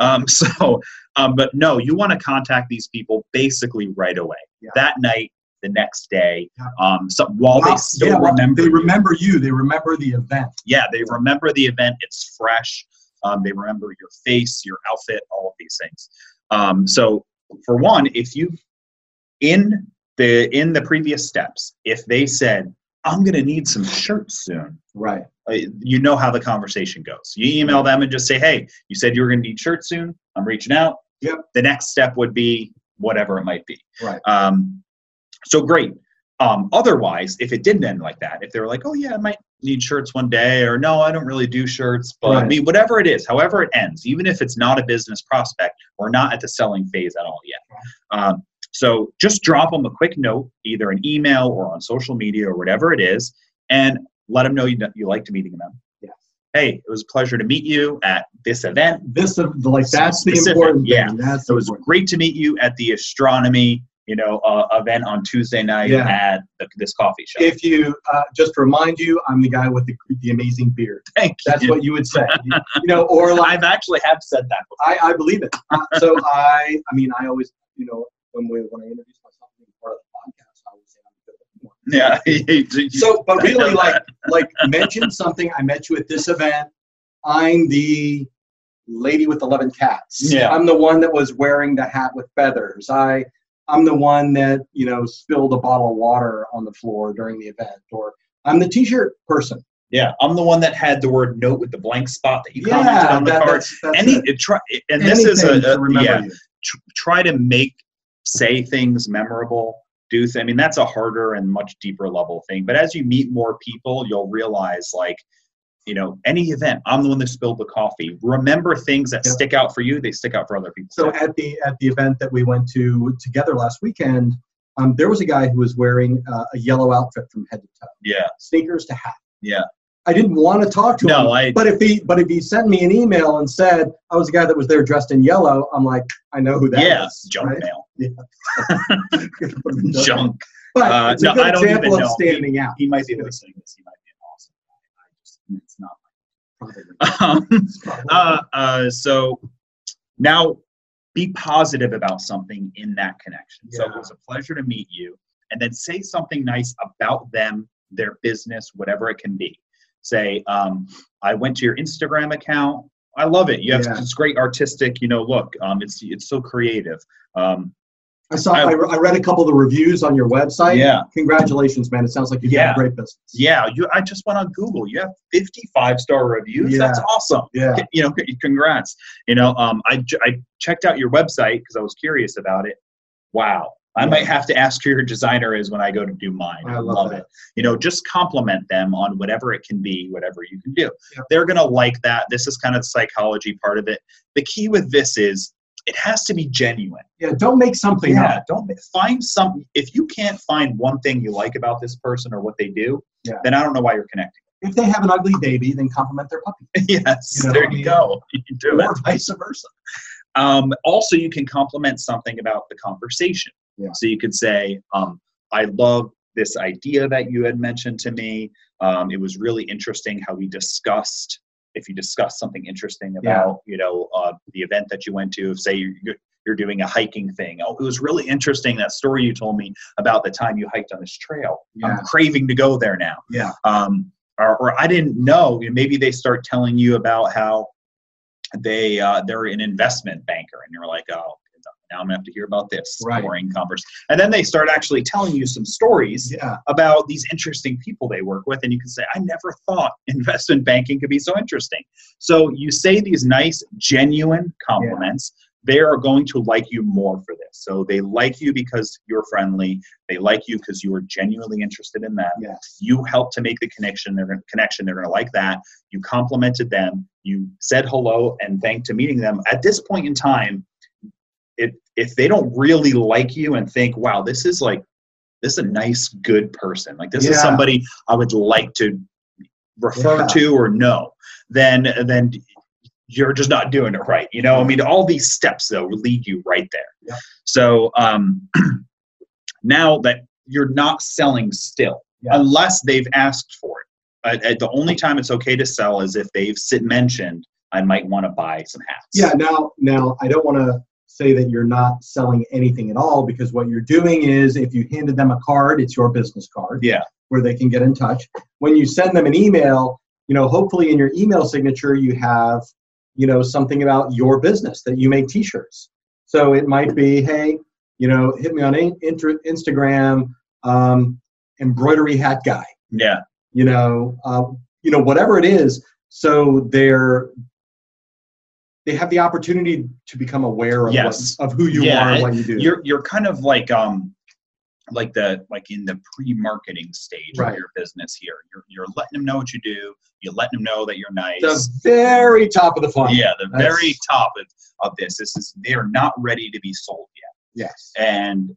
Speaker 1: Um, so, um, but no, you want to contact these people basically right away.
Speaker 2: Yeah.
Speaker 1: That night, the next day,
Speaker 2: Yeah.
Speaker 1: um, so, while
Speaker 2: Wow.
Speaker 1: they still
Speaker 2: Yeah, well,
Speaker 1: remember.
Speaker 2: They
Speaker 1: you.
Speaker 2: remember you. They remember the event.
Speaker 1: Yeah, they remember the event. It's fresh. Um, they remember your face, your outfit, all of these things. Um, so, for one, if you in the in the previous steps, if they said, "I'm going to need some shirts soon,"
Speaker 2: Right.
Speaker 1: uh, you know how the conversation goes. You email them and just say, "Hey, you said you were going to need shirts soon. I'm reaching out."
Speaker 2: Yep.
Speaker 1: The next step would be whatever it might be.
Speaker 2: Right.
Speaker 1: Um, so great. Um, otherwise, if it didn't end like that, if they were like, "Oh yeah, I might need shirts one day," or "No, I don't really do shirts," but I
Speaker 2: Right.
Speaker 1: mean, whatever it is, however it ends, even if it's not a business prospect, we're not at the selling phase at all yet. Um, so just drop them a quick note, either an email or on social media or whatever it is, and let them know you, you liked meeting them.
Speaker 2: Yes.
Speaker 1: Hey, it was a pleasure to meet you at this event.
Speaker 2: This of like that's the
Speaker 1: Specific,
Speaker 2: important
Speaker 1: yeah.
Speaker 2: thing. That's the
Speaker 1: So it was
Speaker 2: important.
Speaker 1: great to meet you at the astronomy, you know, uh, event on Tuesday night
Speaker 2: Yeah.
Speaker 1: at the, this coffee shop.
Speaker 2: If you uh, just to remind you, I'm the guy with the, the amazing beard.
Speaker 1: Thank
Speaker 2: That's
Speaker 1: you.
Speaker 2: what you would say, you know, or like
Speaker 1: I've actually have said that. Before.
Speaker 2: I, I believe it. Uh, so I, I mean, I always, you know, when we when I introduce myself to part of the podcast, I always say I'm good with more.
Speaker 1: Yeah. You-
Speaker 2: So, but
Speaker 1: I know
Speaker 2: really, like,
Speaker 1: that.
Speaker 2: like mention something. I met you at this event. I'm the lady with eleven cats.
Speaker 1: Yeah.
Speaker 2: I'm the one that was wearing the hat with feathers. I, I'm the one that you know spilled a bottle of water on the floor during the event, or I'm the t-shirt person.
Speaker 1: yeah, I'm the one that had the word note with the blank spot that you commented
Speaker 2: yeah,
Speaker 1: on the
Speaker 2: that-
Speaker 1: card.
Speaker 2: that's, that's
Speaker 1: Any
Speaker 2: it.
Speaker 1: it try, and this is
Speaker 2: Anything to
Speaker 1: a, a
Speaker 2: remember
Speaker 1: yeah.
Speaker 2: you.
Speaker 1: tr- try to make say things memorable do th- i mean that's a harder and much deeper level thing but as you meet more people you'll realize like you know any event i'm the one that spilled the coffee remember things that
Speaker 2: Yeah.
Speaker 1: stick out for you they stick out for other people
Speaker 2: So
Speaker 1: too.
Speaker 2: at the at the event that we went to together last weekend, um, there was a guy who was wearing uh, a yellow outfit from head to toe,
Speaker 1: yeah
Speaker 2: sneakers to hat.
Speaker 1: Yeah.
Speaker 2: I didn't want to talk to
Speaker 1: no
Speaker 2: him,
Speaker 1: i
Speaker 2: but if he but if he sent me an email and said I was a guy that was there dressed in yellow, I'm like, I know who that is.
Speaker 1: yeah junk
Speaker 2: right?
Speaker 1: mail
Speaker 2: But
Speaker 1: junk Uh,
Speaker 2: it's a
Speaker 1: no,
Speaker 2: good
Speaker 1: I don't
Speaker 2: example
Speaker 1: even
Speaker 2: of
Speaker 1: know.
Speaker 2: standing out.
Speaker 1: he might be listening to this he might be an awesome guy. i just it's not
Speaker 2: probably.
Speaker 1: um,
Speaker 2: Probably.
Speaker 1: uh, uh, so now be positive about something in that connection. So it
Speaker 2: Yeah.
Speaker 1: was a pleasure to meet you. And then say something nice about them, their business, whatever it can be. Say, um, I went to your Instagram account. I love it. You have
Speaker 2: Yeah.
Speaker 1: this great artistic, you know, look. Um, it's it's so creative. Um,
Speaker 2: I saw.
Speaker 1: I-
Speaker 2: I, re- I read a couple of the reviews on your website.
Speaker 1: yeah,
Speaker 2: Congratulations, man! It sounds like you've
Speaker 1: Yeah.
Speaker 2: got a great business.
Speaker 1: yeah. You, I just went on Google. You have fifty-five star reviews. That's
Speaker 2: Yeah.
Speaker 1: awesome.
Speaker 2: Yeah.
Speaker 1: you know, c- congrats. You know, um, I, j- I checked out your website because I was curious about it. Wow. I
Speaker 2: Yeah.
Speaker 1: might have to ask who your designer is when I go to do mine.
Speaker 2: I
Speaker 1: I,
Speaker 2: love
Speaker 1: love,
Speaker 2: that.
Speaker 1: it. You know, just compliment them on whatever it can be, whatever you can do.
Speaker 2: Yeah.
Speaker 1: They're going to like that. This is kind of the psychology part of it. The key with this is it has to be genuine.
Speaker 2: Yeah, don't make something
Speaker 1: yeah,
Speaker 2: up.
Speaker 1: don't ma- find some. If you can't find one thing you like about this person or what they do,
Speaker 2: Yeah.
Speaker 1: then I don't know why you're connecting.
Speaker 2: If they have an ugly baby, then compliment their puppy.
Speaker 1: yes,
Speaker 2: You know,
Speaker 1: there
Speaker 2: I
Speaker 1: you
Speaker 2: mean,
Speaker 1: go. You do it.
Speaker 2: Or vice versa.
Speaker 1: Um, also, you can compliment something about the conversation.
Speaker 2: Yeah.
Speaker 1: So you could say, um, I love this idea that you had mentioned to me. Um, it was really interesting how we discussed, if you discuss something interesting about, you know, uh, the event that you went to, say you're, you're- you're doing a hiking thing. Oh, it was really interesting that story you told me about the time you hiked on this trail.
Speaker 2: Yeah.
Speaker 1: I'm craving to go there now
Speaker 2: Yeah.
Speaker 1: um, or, or I didn't know. you know, Maybe they start telling you about how they uh, they're an investment banker, and you're like, oh, now I'm gonna have to hear about this
Speaker 2: Right.
Speaker 1: boring converse. And then they start actually telling you some stories
Speaker 2: Yeah.
Speaker 1: about these interesting people they work with, and you can say, I never thought investment banking could be so interesting. So you say these nice, genuine compliments. They are going to like you more for this. So they like you because you're friendly. They like you because you are genuinely interested in them
Speaker 2: Yes.
Speaker 1: you helped to make the connection they're going to connection they're going to like that you complimented them you said hello and thanked to meeting them at this point in time if if they don't really like you and think wow this is like this is a nice good person like this is
Speaker 2: Yeah.
Speaker 1: somebody i would like to refer
Speaker 2: Yeah.
Speaker 1: to or know then then you're just not doing it right you know i mean all these steps though lead you right there
Speaker 2: Yeah.
Speaker 1: so um now that you're not selling still
Speaker 2: Yeah.
Speaker 1: unless they've asked for it. But uh, the only time it's okay to sell is if they've sit- mentioned, I might want to buy some hats.
Speaker 2: Yeah. Now, now I don't want to say that you're not selling anything at all because what you're doing is if you handed them a card, it's your business card.
Speaker 1: Yeah.
Speaker 2: where they can get in touch. When you send them an email, you know, hopefully in your email signature you have, you know, something about your business that you make t-shirts. So it might be, hey, you know, hit me on in- inter- Instagram, um, embroidery hat guy.
Speaker 1: Yeah.
Speaker 2: You know, uh, you know, whatever it is. So they're they have the opportunity to become aware of
Speaker 1: Yes.
Speaker 2: what, of who you
Speaker 1: Yeah,
Speaker 2: are and
Speaker 1: it-
Speaker 2: what you do.
Speaker 1: You're, you're kind of like, um, like the like in the pre-marketing stage
Speaker 2: Right.
Speaker 1: of your business here you're, you're letting them know what you do you're letting them know that you're nice
Speaker 2: the very top of the funnel.
Speaker 1: yeah the
Speaker 2: That's-
Speaker 1: very top of, of this this is they're not ready to be sold yet
Speaker 2: Yes.
Speaker 1: and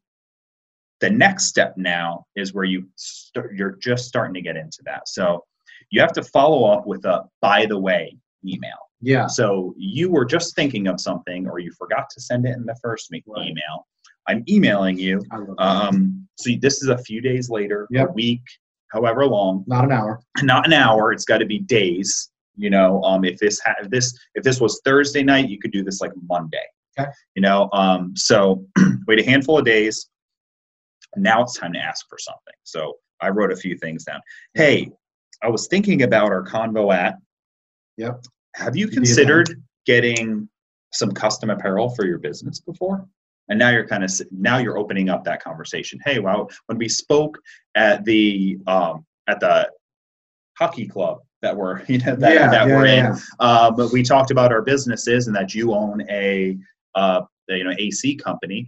Speaker 1: the next step now is where you start, you're just starting to get into that so you have to follow up with a by the way email
Speaker 2: Yeah.
Speaker 1: so you were just thinking of something or you forgot to send it in the first me-
Speaker 2: Right.
Speaker 1: email i'm emailing you
Speaker 2: I love that.
Speaker 1: um, so this is a few days later
Speaker 2: Yep.
Speaker 1: a week however long
Speaker 2: Not an hour.
Speaker 1: not an hour it's got to be days you know um, if this ha- if this if this was thursday night you could do this like monday
Speaker 2: Okay.
Speaker 1: you know um, so wait a handful of days now it's time to ask for something so i wrote a few things down hey i was thinking about our convo at
Speaker 2: Yep.
Speaker 1: have you
Speaker 2: The
Speaker 1: considered getting some custom apparel for your business before and now you're kind of now you're opening up that conversation hey wow when we spoke at the um, at the hockey club that we're you know that,
Speaker 2: yeah,
Speaker 1: that
Speaker 2: yeah,
Speaker 1: we're in
Speaker 2: yeah.
Speaker 1: uh, but we talked about our businesses and that you own a uh, you know AC company.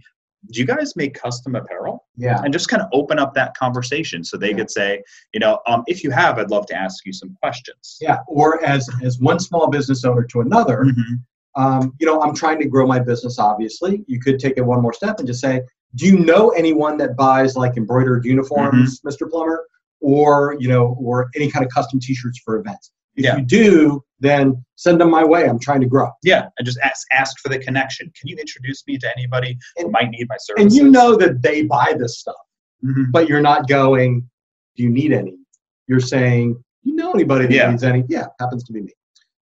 Speaker 1: Do you guys make custom apparel?
Speaker 2: Yeah,
Speaker 1: And just kind of open up that conversation so they
Speaker 2: Yeah.
Speaker 1: could say, you know, um, if you have, I'd love to ask you some questions.
Speaker 2: yeah. Or as as one small business owner to another,
Speaker 1: Mhm.
Speaker 2: um, you know, I'm trying to grow my business. Obviously, you could take it one more step and just say, "Do you know anyone that buys like embroidered uniforms,
Speaker 1: Mm-hmm.
Speaker 2: Mr. Plumber, or you know, or any kind of custom T-shirts for events? If
Speaker 1: Yeah.
Speaker 2: you do, then send them my way. I'm trying to grow."
Speaker 1: Yeah, and just ask ask for the connection. Can you introduce me to anybody who
Speaker 2: And-
Speaker 1: might need my services?
Speaker 2: And you know that they buy this stuff,
Speaker 1: Mhm.
Speaker 2: but you're not going, "Do you need any?" You're saying, "You know anybody that
Speaker 1: Yeah.
Speaker 2: needs any?" Yeah, happens to be me.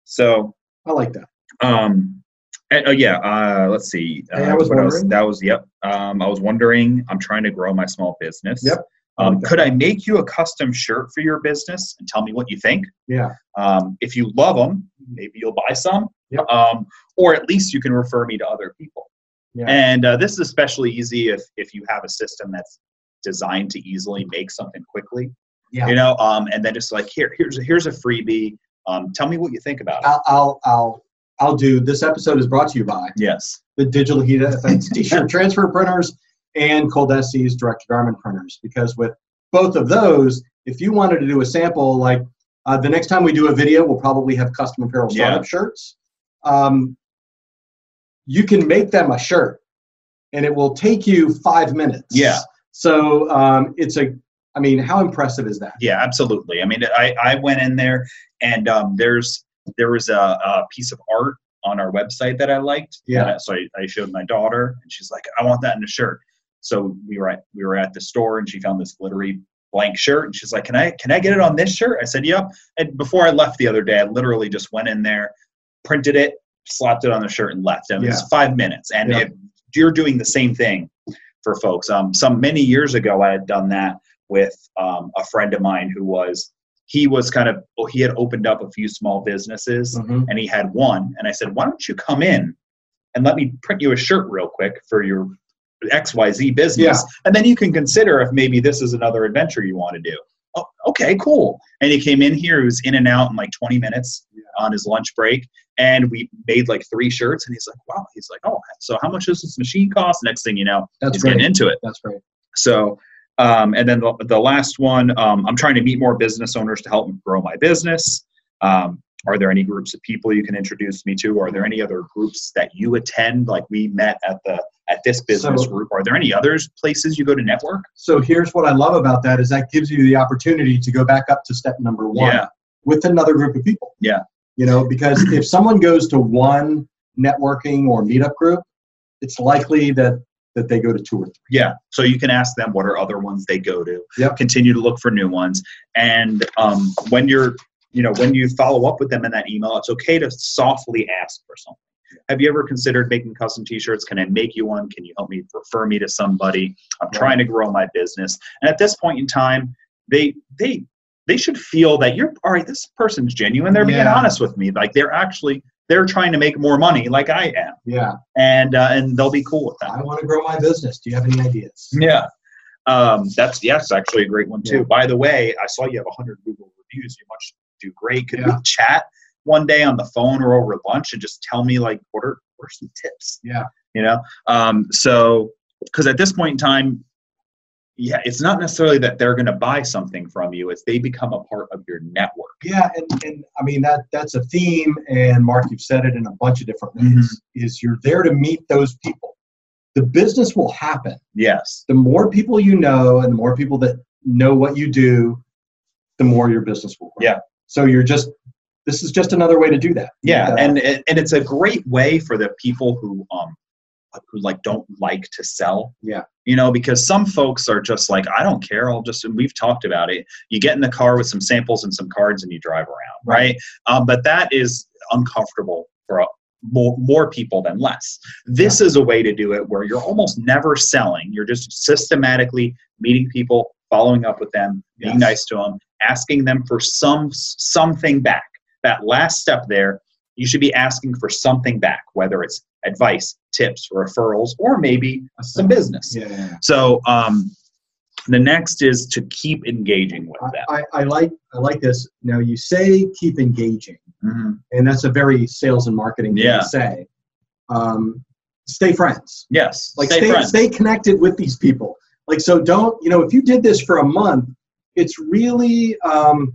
Speaker 1: So,
Speaker 2: I like that.
Speaker 1: um, and, oh yeah, uh, let's see. Uh,
Speaker 2: Hey, I was
Speaker 1: what
Speaker 2: wondering.
Speaker 1: that was yep. Um, I was wondering. I'm trying to grow my small business.
Speaker 2: Yep.
Speaker 1: Um, could I make you a custom shirt for your business and tell me what you think?
Speaker 2: Yeah,
Speaker 1: Um, if you love them, maybe you'll buy some,
Speaker 2: Mm-hmm. Yep.
Speaker 1: um, or at least you can refer me to other people.
Speaker 2: Yeah.
Speaker 1: And uh, this is especially easy if, if you have a system that's designed to easily make something quickly.
Speaker 2: Yeah.
Speaker 1: You know, um, and then just like here, here's here's a freebie. Um, tell me what you think about it.
Speaker 2: I'll, I'll, I'll, I'll do. This episode is brought to you by
Speaker 1: Yes.
Speaker 2: the Digital Heat FX T-shirt transfer printers and Cold SC's direct garment printers. Because with both of those, if you wanted to do a sample, like uh, the next time we do a video, we'll probably have custom apparel
Speaker 1: Yeah.
Speaker 2: startup shirts. Um, you can make them a shirt and it will take you five minutes.
Speaker 1: Yeah.
Speaker 2: So um, it's a, I mean, how impressive is that?
Speaker 1: Yeah, absolutely. I mean, I, I went in there and um, there's there was a, a piece of art on our website that I liked.
Speaker 2: Yeah.
Speaker 1: And I- so I, I showed my daughter, and she's like, "I want that in a shirt." So we were at, we were at the store, and she found this glittery blank shirt, and she's like, "Can I can I get it on this shirt?" I said, "Yep." And before I left the other day, I literally just went in there, printed it, slapped it on the shirt, and left. And It was five minutes, and
Speaker 2: Yeah.
Speaker 1: if you're doing the same thing for folks. Um, some many years ago, I had done that with um, a friend of mine who was he was kind of oh, he had opened up a few small businesses
Speaker 2: Mhm.
Speaker 1: and he had one. And I said, why don't you come in and let me print you a shirt real quick for your XYZ business? And then you can consider if maybe this is another adventure you want to do. Oh, okay, cool. And he came in here, he was in and out in like 20 minutes on his lunch break. And we made like three shirts. And he's like, wow. He's like, oh, so how much does this machine cost? Next thing you know,
Speaker 2: That's
Speaker 1: he's
Speaker 2: great.
Speaker 1: getting into it.
Speaker 2: That's great.
Speaker 1: So, um, and then the, the last one, um, I'm trying to meet more business owners to help grow my business. Um, are there any groups of people you can introduce me to? Are there any other groups that you attend? Like we met at the at this business
Speaker 2: So-
Speaker 1: group. Are there any others places you go to network?
Speaker 2: So here's what I love about that is that gives you the opportunity to go back up to step number one
Speaker 1: Yeah.
Speaker 2: with another group of people.
Speaker 1: Yeah.
Speaker 2: You know, because if someone goes to one networking or meetup group, it's likely that that they go to two or three.
Speaker 1: Yeah. So you can ask them what are other ones they go to.
Speaker 2: Yep.
Speaker 1: Continue to look for new ones. And um, when you're, you know, when you follow up with them in that email, it's okay to softly ask for something. Have you ever considered making custom T-shirts? Can I make you one? Can you help me refer me to somebody? I'm trying to grow my business. And at this point in time, they they they should feel that you're all right. This person's genuine. They're being
Speaker 2: Yeah.
Speaker 1: honest with me. Like they're actually they're trying to make more money, like I am,
Speaker 2: Yeah.
Speaker 1: and uh, and they'll be cool with that.
Speaker 2: I want to grow my business. Do you have any ideas?
Speaker 1: Yeah. Um, that's yes, actually a great one too.
Speaker 2: Yeah.
Speaker 1: By the way, I saw you have 100 Google reviews. You must do great. Could we
Speaker 2: Yeah.
Speaker 1: chat one day on the phone or over lunch and just tell me like what are what are some tips?
Speaker 2: Yeah.
Speaker 1: You know. Um, so because at this point in time, yeah, it's not necessarily that they're going to buy something from you. It's they become a part of your network.
Speaker 2: Yeah, and, and I mean that that's a theme and Mark, you've said it in a bunch of different ways, is you're there to meet those people. The business will happen.
Speaker 1: Yes.
Speaker 2: the more people you know and the more people that know what you do, the more your business will grow.
Speaker 1: Yeah.
Speaker 2: So you're just this is just another way to do that.
Speaker 1: yeah and and and it's a great way for the people who um who like don't like to sell
Speaker 2: Yeah.
Speaker 1: you know because some folks are just like i don't care i'll just and we've talked about it you get in the car with some samples and some cards and you drive around right, um, but that is uncomfortable for a, more, more people than less this is a way to do it where you're almost never selling you're just systematically meeting people following up with them being
Speaker 2: Yes.
Speaker 1: nice to them asking them for some something back that last step there you should be asking for something back whether it's advice tips referrals or maybe some business
Speaker 2: yeah, yeah, yeah.
Speaker 1: so um, the next is to keep engaging with them
Speaker 2: I, I, I like I like this. Now you say keep engaging,
Speaker 1: Mhm.
Speaker 2: and that's a very sales and marketing thing
Speaker 1: Yeah.
Speaker 2: to say. Um, stay friends.
Speaker 1: yes
Speaker 2: Like
Speaker 1: stay
Speaker 2: stay
Speaker 1: friends.
Speaker 2: stay connected with these people. Like so don't you know if you did this for a month, it's really um,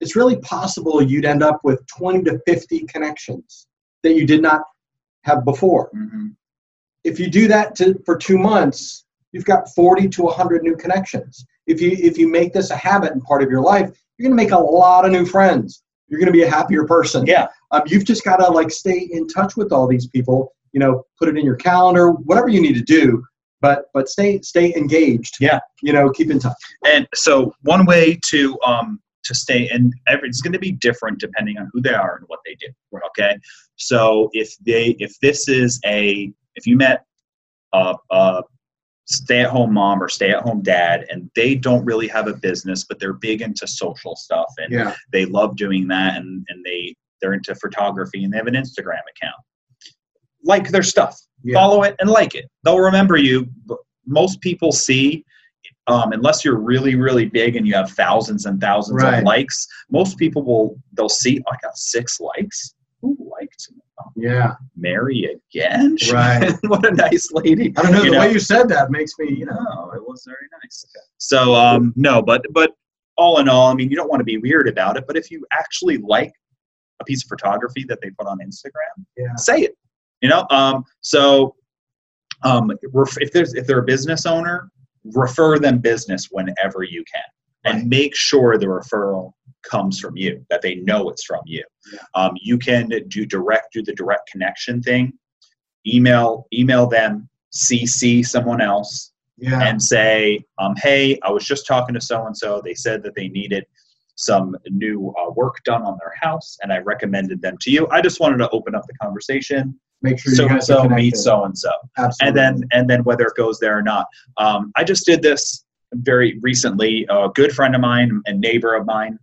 Speaker 2: it's really possible you'd end up with 20 to 50 connections that you did not have before.
Speaker 1: Mhm.
Speaker 2: If you do that to, for two months, you've got 40 to 100 new connections. If you if you make this a habit and part of your life, you're going to make a lot of new friends. You're going to be a happier person.
Speaker 1: yeah
Speaker 2: Um, you've just got to like stay in touch with all these people. You know, put it in your calendar, whatever you need to do. But but stay stay engaged.
Speaker 1: Yeah.
Speaker 2: You know, keep in touch.
Speaker 1: and so one way to um, to stay and every, it's going to be different depending on who they are and what they do
Speaker 2: Right.
Speaker 1: okay so if they if this is a if you met a, a stay-at-home mom or stay-at-home dad and they don't really have a business but they're big into social stuff and
Speaker 2: Yeah.
Speaker 1: they love doing that and, and they they're into photography and they have an instagram account like their stuff
Speaker 2: Yeah.
Speaker 1: follow it and like it they'll remember you but most people see um, unless you're really really big and you have thousands and thousands
Speaker 2: Right.
Speaker 1: of likes most people will they'll see oh, i got six likes who liked me? Oh,
Speaker 2: Yeah.
Speaker 1: mary again
Speaker 2: Right.
Speaker 1: what a nice lady
Speaker 2: I don't know.
Speaker 1: You
Speaker 2: the
Speaker 1: know?
Speaker 2: way you said that makes me, you know.
Speaker 1: No, it was very nice. So um, no, but but all in all, I mean, you don't want to be weird about it, but if you actually like a piece of photography that they put on Instagram,
Speaker 2: Yeah.
Speaker 1: say it. You know, um, so um, ref- if there's if they're a business owner, refer them business whenever you can,
Speaker 2: Right.
Speaker 1: and make sure the referral comes from you that they know it's from you.
Speaker 2: Yeah.
Speaker 1: Um, you can do direct do the direct connection thing, email email them, CC someone else,
Speaker 2: Yeah.
Speaker 1: and say, um, "Hey, I was just talking to so and so. They said that they needed some new uh, work done on their house, and I recommended them to you. I just wanted to open up the conversation.
Speaker 2: Make sure
Speaker 1: So
Speaker 2: you
Speaker 1: and
Speaker 2: guys are
Speaker 1: so
Speaker 2: connected.
Speaker 1: meet so and so, and
Speaker 2: Absolutely.
Speaker 1: then and then whether it goes there or not. Um, I just did this very recently. A good friend of mine and neighbor of mine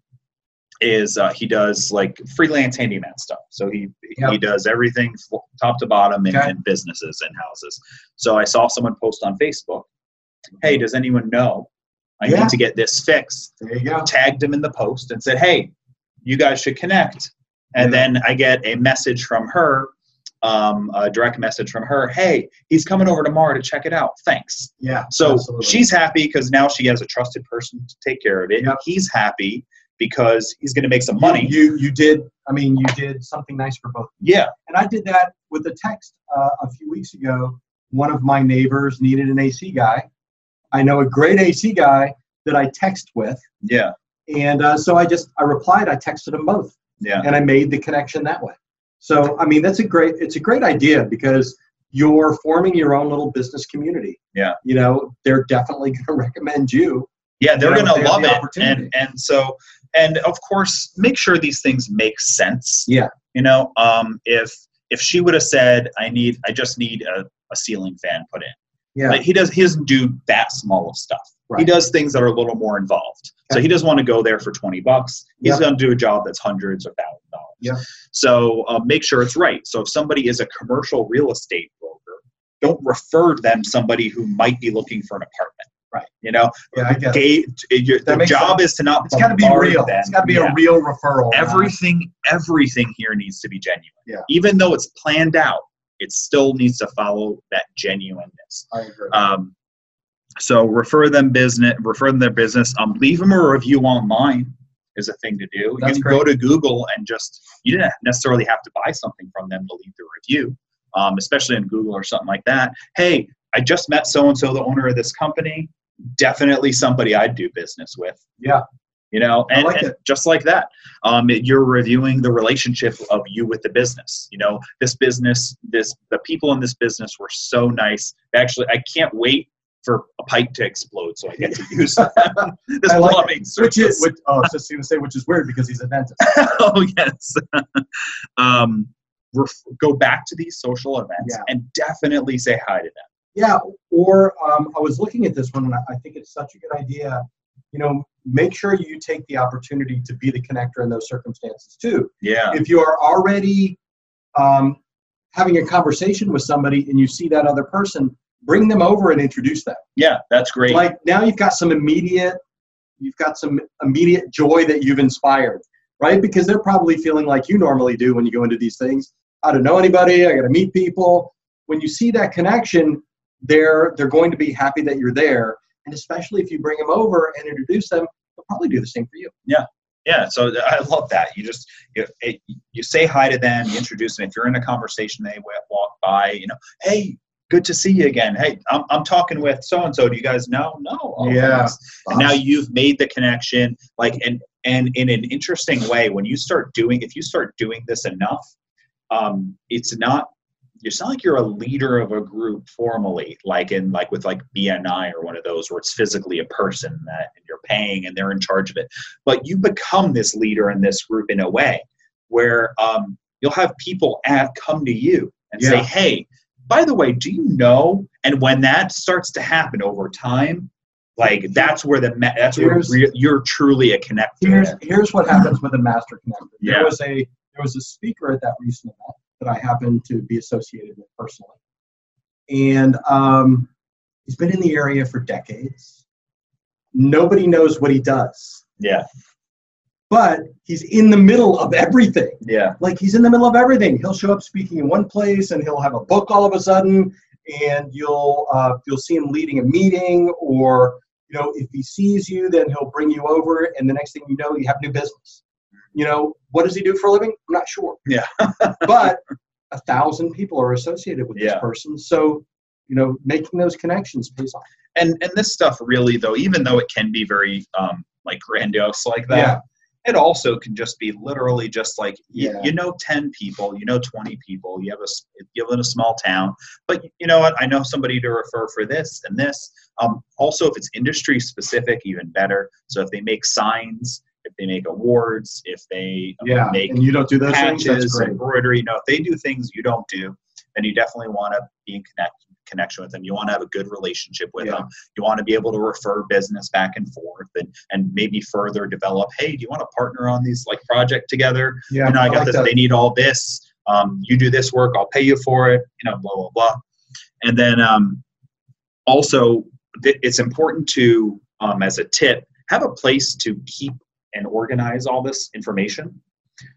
Speaker 1: is uh, he does like freelance handyman stuff. So he he
Speaker 2: Yep.
Speaker 1: does everything f- top to bottom in,
Speaker 2: Okay.
Speaker 1: in businesses and houses. So I saw someone post on Facebook, "Hey, does anyone know? I
Speaker 2: Yeah.
Speaker 1: need to get this fixed."
Speaker 2: there you go.
Speaker 1: Tagged him in the post and said, "Hey, you guys should connect." And
Speaker 2: Yeah.
Speaker 1: then I get a message from her, um, a direct message from her, "Hey, he's coming over tomorrow to check it out. Thanks."
Speaker 2: Yeah.
Speaker 1: So
Speaker 2: absolutely.
Speaker 1: she's happy because now she has a trusted person to take care of it.
Speaker 2: Yep.
Speaker 1: He's happy because he's going to make some
Speaker 2: You-
Speaker 1: money.
Speaker 2: You, you did. I mean, you did something nice for both.
Speaker 1: yeah.
Speaker 2: And I did that with a text uh, a few weeks ago. One of my neighbors needed an AC guy. I know a great AC guy that I text with,
Speaker 1: Yeah.
Speaker 2: and uh, so I just I replied. I texted them both,
Speaker 1: Yeah.
Speaker 2: and I made the connection that way. So I mean, that's a great it's a great idea because you're forming your own little business community.
Speaker 1: Yeah.
Speaker 2: You know, they're definitely going to recommend you.
Speaker 1: Yeah, they're
Speaker 2: You know,
Speaker 1: going
Speaker 2: they
Speaker 1: to
Speaker 2: have
Speaker 1: love
Speaker 2: the
Speaker 1: it.
Speaker 2: opportunity.
Speaker 1: And and so and of course, make sure these things make sense.
Speaker 2: Yeah.
Speaker 1: You know, um, if if she would have said, "I need, I just need a, a ceiling fan put in,"
Speaker 2: Yeah.
Speaker 1: like, he does, he doesn't do that small of stuff. He
Speaker 2: Right.
Speaker 1: does things that are a little more involved. So
Speaker 2: Okay.
Speaker 1: he doesn't want to go there for twenty bucks. He's
Speaker 2: Yeah.
Speaker 1: going to do a job that's hundreds or thousand dollars.
Speaker 2: Yeah.
Speaker 1: So uh, make sure it's right. So if somebody is a commercial real estate broker, don't refer them somebody who might be looking for an apartment.
Speaker 2: Right.
Speaker 1: You know,
Speaker 2: yeah, I get it.
Speaker 1: gauge your,
Speaker 2: That
Speaker 1: the
Speaker 2: makes
Speaker 1: job is to not
Speaker 2: It's got to be
Speaker 1: bombard
Speaker 2: real.
Speaker 1: them.
Speaker 2: It's got to be
Speaker 1: Yeah.
Speaker 2: a real referral. not-
Speaker 1: everything everything here needs to be genuine
Speaker 2: Yeah.
Speaker 1: even though it's planned out it still needs to follow that genuineness
Speaker 2: I agree.
Speaker 1: um, so refer them business refer them their business um, leave them a review online is a thing to do
Speaker 2: That's
Speaker 1: you can go to google and just you didn't necessarily have to buy something from them to leave the review um, especially in google or something like that hey i just met so and so the owner of this company definitely somebody i'd do business with
Speaker 2: yeah.
Speaker 1: you know
Speaker 2: I
Speaker 1: and,
Speaker 2: like
Speaker 1: and just like that um, it- you're reviewing the relationship of you with the business you know this business this the people in this business were so nice actually i can't wait for a pipe to explode so i get to use them. this
Speaker 2: I like it.
Speaker 1: plumbing
Speaker 2: Which
Speaker 1: service
Speaker 2: is, which, oh, I was just going to say, which is weird because he's a dentist.
Speaker 1: oh yes um, ref- go back to these social events
Speaker 2: Yeah.
Speaker 1: and definitely say hi to them
Speaker 2: Yeah, or um, I was looking at this one and I I think it's such a good idea. You know, make sure you take the opportunity to be the connector in those circumstances too.
Speaker 1: yeah
Speaker 2: If you are already um, having a conversation with somebody and you see that other person, bring them over and introduce them.
Speaker 1: yeah that's great
Speaker 2: Like now you've got some immediate, you've got some immediate joy that you've inspired, right? Because they're probably feeling like you normally do when you go into these things. I don't know anybody. I got to meet people. When you see that connection, they're they're going to be happy that you're there, and especially if you bring them over and introduce them, they'll probably do the same for you.
Speaker 1: Yeah, so th- I love that. You just you, it, you say hi to them, you introduce them. If you're in a conversation, they wa- walk by. You know, hey, good to see you again. Hey, I'm, I'm talking with so and so. Do you guys know? No. Oh,
Speaker 2: Yeah.
Speaker 1: nice. And now you've made the connection. Like, and and in an interesting way, when you start doing, if you start doing this enough, um, it's not. It's not like you're a leader of a group formally, like in like with like BNI or one of those where it's physically a person that you're paying and they're in charge of it. But you become this leader in this group in a way where um, you'll have people at, come to you and say,
Speaker 2: Yeah.
Speaker 1: "Hey, by the way, do you know?" And when that starts to happen over time, like that's where the ma- that's where
Speaker 2: Here's-
Speaker 1: re- you're truly a connector.
Speaker 2: here's here's what happens with a master connector.
Speaker 1: Yeah.
Speaker 2: There was a there was a speaker at that recent event that I happened to be associated with personally, and um, he's been in the area for decades. Nobody knows what he does,
Speaker 1: yeah,
Speaker 2: but he's in the middle of everything
Speaker 1: yeah,
Speaker 2: like he's in the middle of everything. He'll show up speaking in one place, and he'll have a book all of a sudden, and you'll uh, you'll see him leading a meeting, or you know, if he sees you, then he'll bring you over, and the next thing you know, you have new business. You know, what does he do for a living? I'm not sure.
Speaker 1: Yeah.
Speaker 2: but a thousand people are associated with
Speaker 1: Yeah.
Speaker 2: this person. So, you know, making those connections pays off.
Speaker 1: and and this stuff really though even though it can be very um like grandiose like that it also can just be literally just like y-
Speaker 2: Yeah.
Speaker 1: you know 10 people you know 20 people you have a s- you live in a small town but you know what i know somebody to refer for this and this um, also if it's industry specific even better so if they make signs if they make awards if they um,
Speaker 2: Yeah.
Speaker 1: make
Speaker 2: and you don't do those things. That's
Speaker 1: patches,
Speaker 2: great.
Speaker 1: embroidery. No, if they do things you don't do, then you definitely want to be in connect, connection with them. You want to have a good relationship with
Speaker 2: Yeah.
Speaker 1: them. You want to be able to refer business back and forth and, and maybe further develop, hey, do you want to partner on these like project together?
Speaker 2: Yeah.
Speaker 1: you know, I got
Speaker 2: like
Speaker 1: this.
Speaker 2: that.
Speaker 1: They need all this. Um, you do this work, I'll pay you for it. You know, blah blah blah. And then um, also, th- it's important to, um, as a tip, have a place to keep and organize all this information.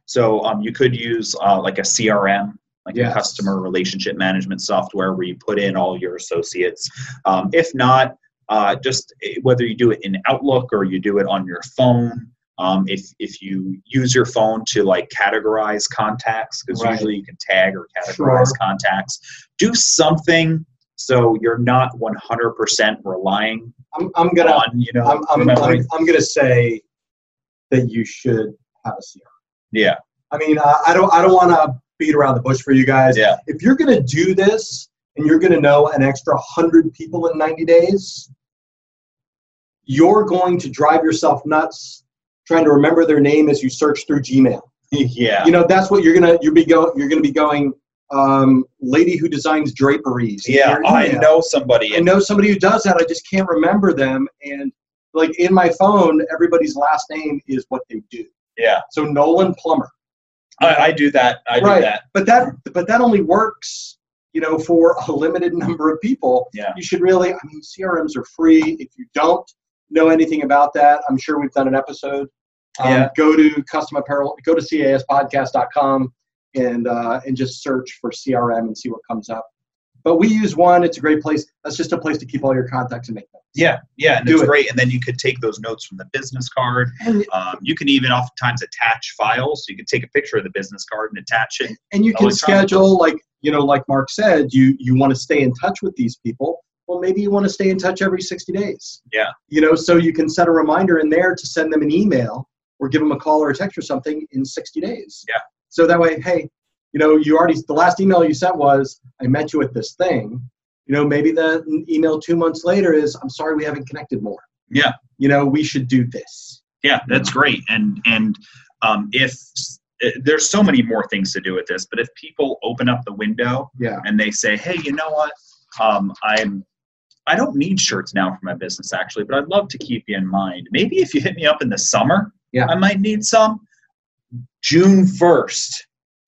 Speaker 1: So um, you could use uh, like a CRM, like a
Speaker 2: Yes.
Speaker 1: customer relationship management software, where you put in all your associates. Um, if not, uh, just eh, whether you do it in Outlook or you do it on your phone, um, if if you use your phone to like categorize contacts because
Speaker 2: Right.
Speaker 1: usually you can tag or
Speaker 2: Sure.
Speaker 1: categorize contacts do something so you're not 100% relying
Speaker 2: I'm, I'm gonna
Speaker 1: on you know
Speaker 2: I'm, I'm,
Speaker 1: remembering-
Speaker 2: I'm, I'm gonna say that you should have a CRM.
Speaker 1: yeah
Speaker 2: I mean, uh, I don't I don't want to beat around the bush for you guys.
Speaker 1: yeah
Speaker 2: If you're gonna do this and you're gonna know an extra hundred people in 90 days, you're going to drive yourself nuts trying to remember their name as you search through Gmail.
Speaker 1: yeah
Speaker 2: You know, that's what you're gonna you're be go you're gonna be going. Um, lady who designs draperies. in
Speaker 1: yeah
Speaker 2: your
Speaker 1: i
Speaker 2: email.
Speaker 1: know somebody
Speaker 2: I
Speaker 1: and
Speaker 2: know somebody who does that. I just can't remember them. And like in my phone, everybody's last name is what they do.
Speaker 1: yeah
Speaker 2: So Nolan Plummer.
Speaker 1: I, I do that i
Speaker 2: Right.
Speaker 1: do that
Speaker 2: But that but that only works, you know, for a limited number of people.
Speaker 1: Yeah.
Speaker 2: You should really I mean CRMs are free. If you don't know anything about that, I'm sure we've done an episode. Um,
Speaker 1: Yeah.
Speaker 2: go to custom apparel go to caspodcast.com and uh, and just search for CRM and see what comes up. But we use one, it's a great place. That's just a place to keep all your contacts and make them.
Speaker 1: yeah yeah and
Speaker 2: Do
Speaker 1: it's
Speaker 2: it.
Speaker 1: great and then you could take those notes from the business card
Speaker 2: And
Speaker 1: um, you can even oftentimes attach files so you could take a picture of the business card and attach it
Speaker 2: and you can
Speaker 1: Electronic.
Speaker 2: schedule like you know like mark said you you want to stay in touch with these people well maybe you want to stay in touch every 60 days
Speaker 1: Yeah.
Speaker 2: you know so you can set a reminder in there to send them an email or give them a call or a text or something in 60 days
Speaker 1: Yeah.
Speaker 2: so that way hey you know you already the last email you sent was i met you at this thing you know maybe the email two months later is i'm sorry we haven't connected more
Speaker 1: yeah
Speaker 2: you know we should do this
Speaker 1: Yeah, that's great. And and um, if eh, there's so many more things to do with this, but if people open up the window
Speaker 2: yeah
Speaker 1: and they say, "Hey, you know what? Um, I'm I don't need shirts now for my business actually, but I'd love to keep you in mind. Maybe if you hit me up in the summer,
Speaker 2: Yeah.
Speaker 1: I might need some." June first,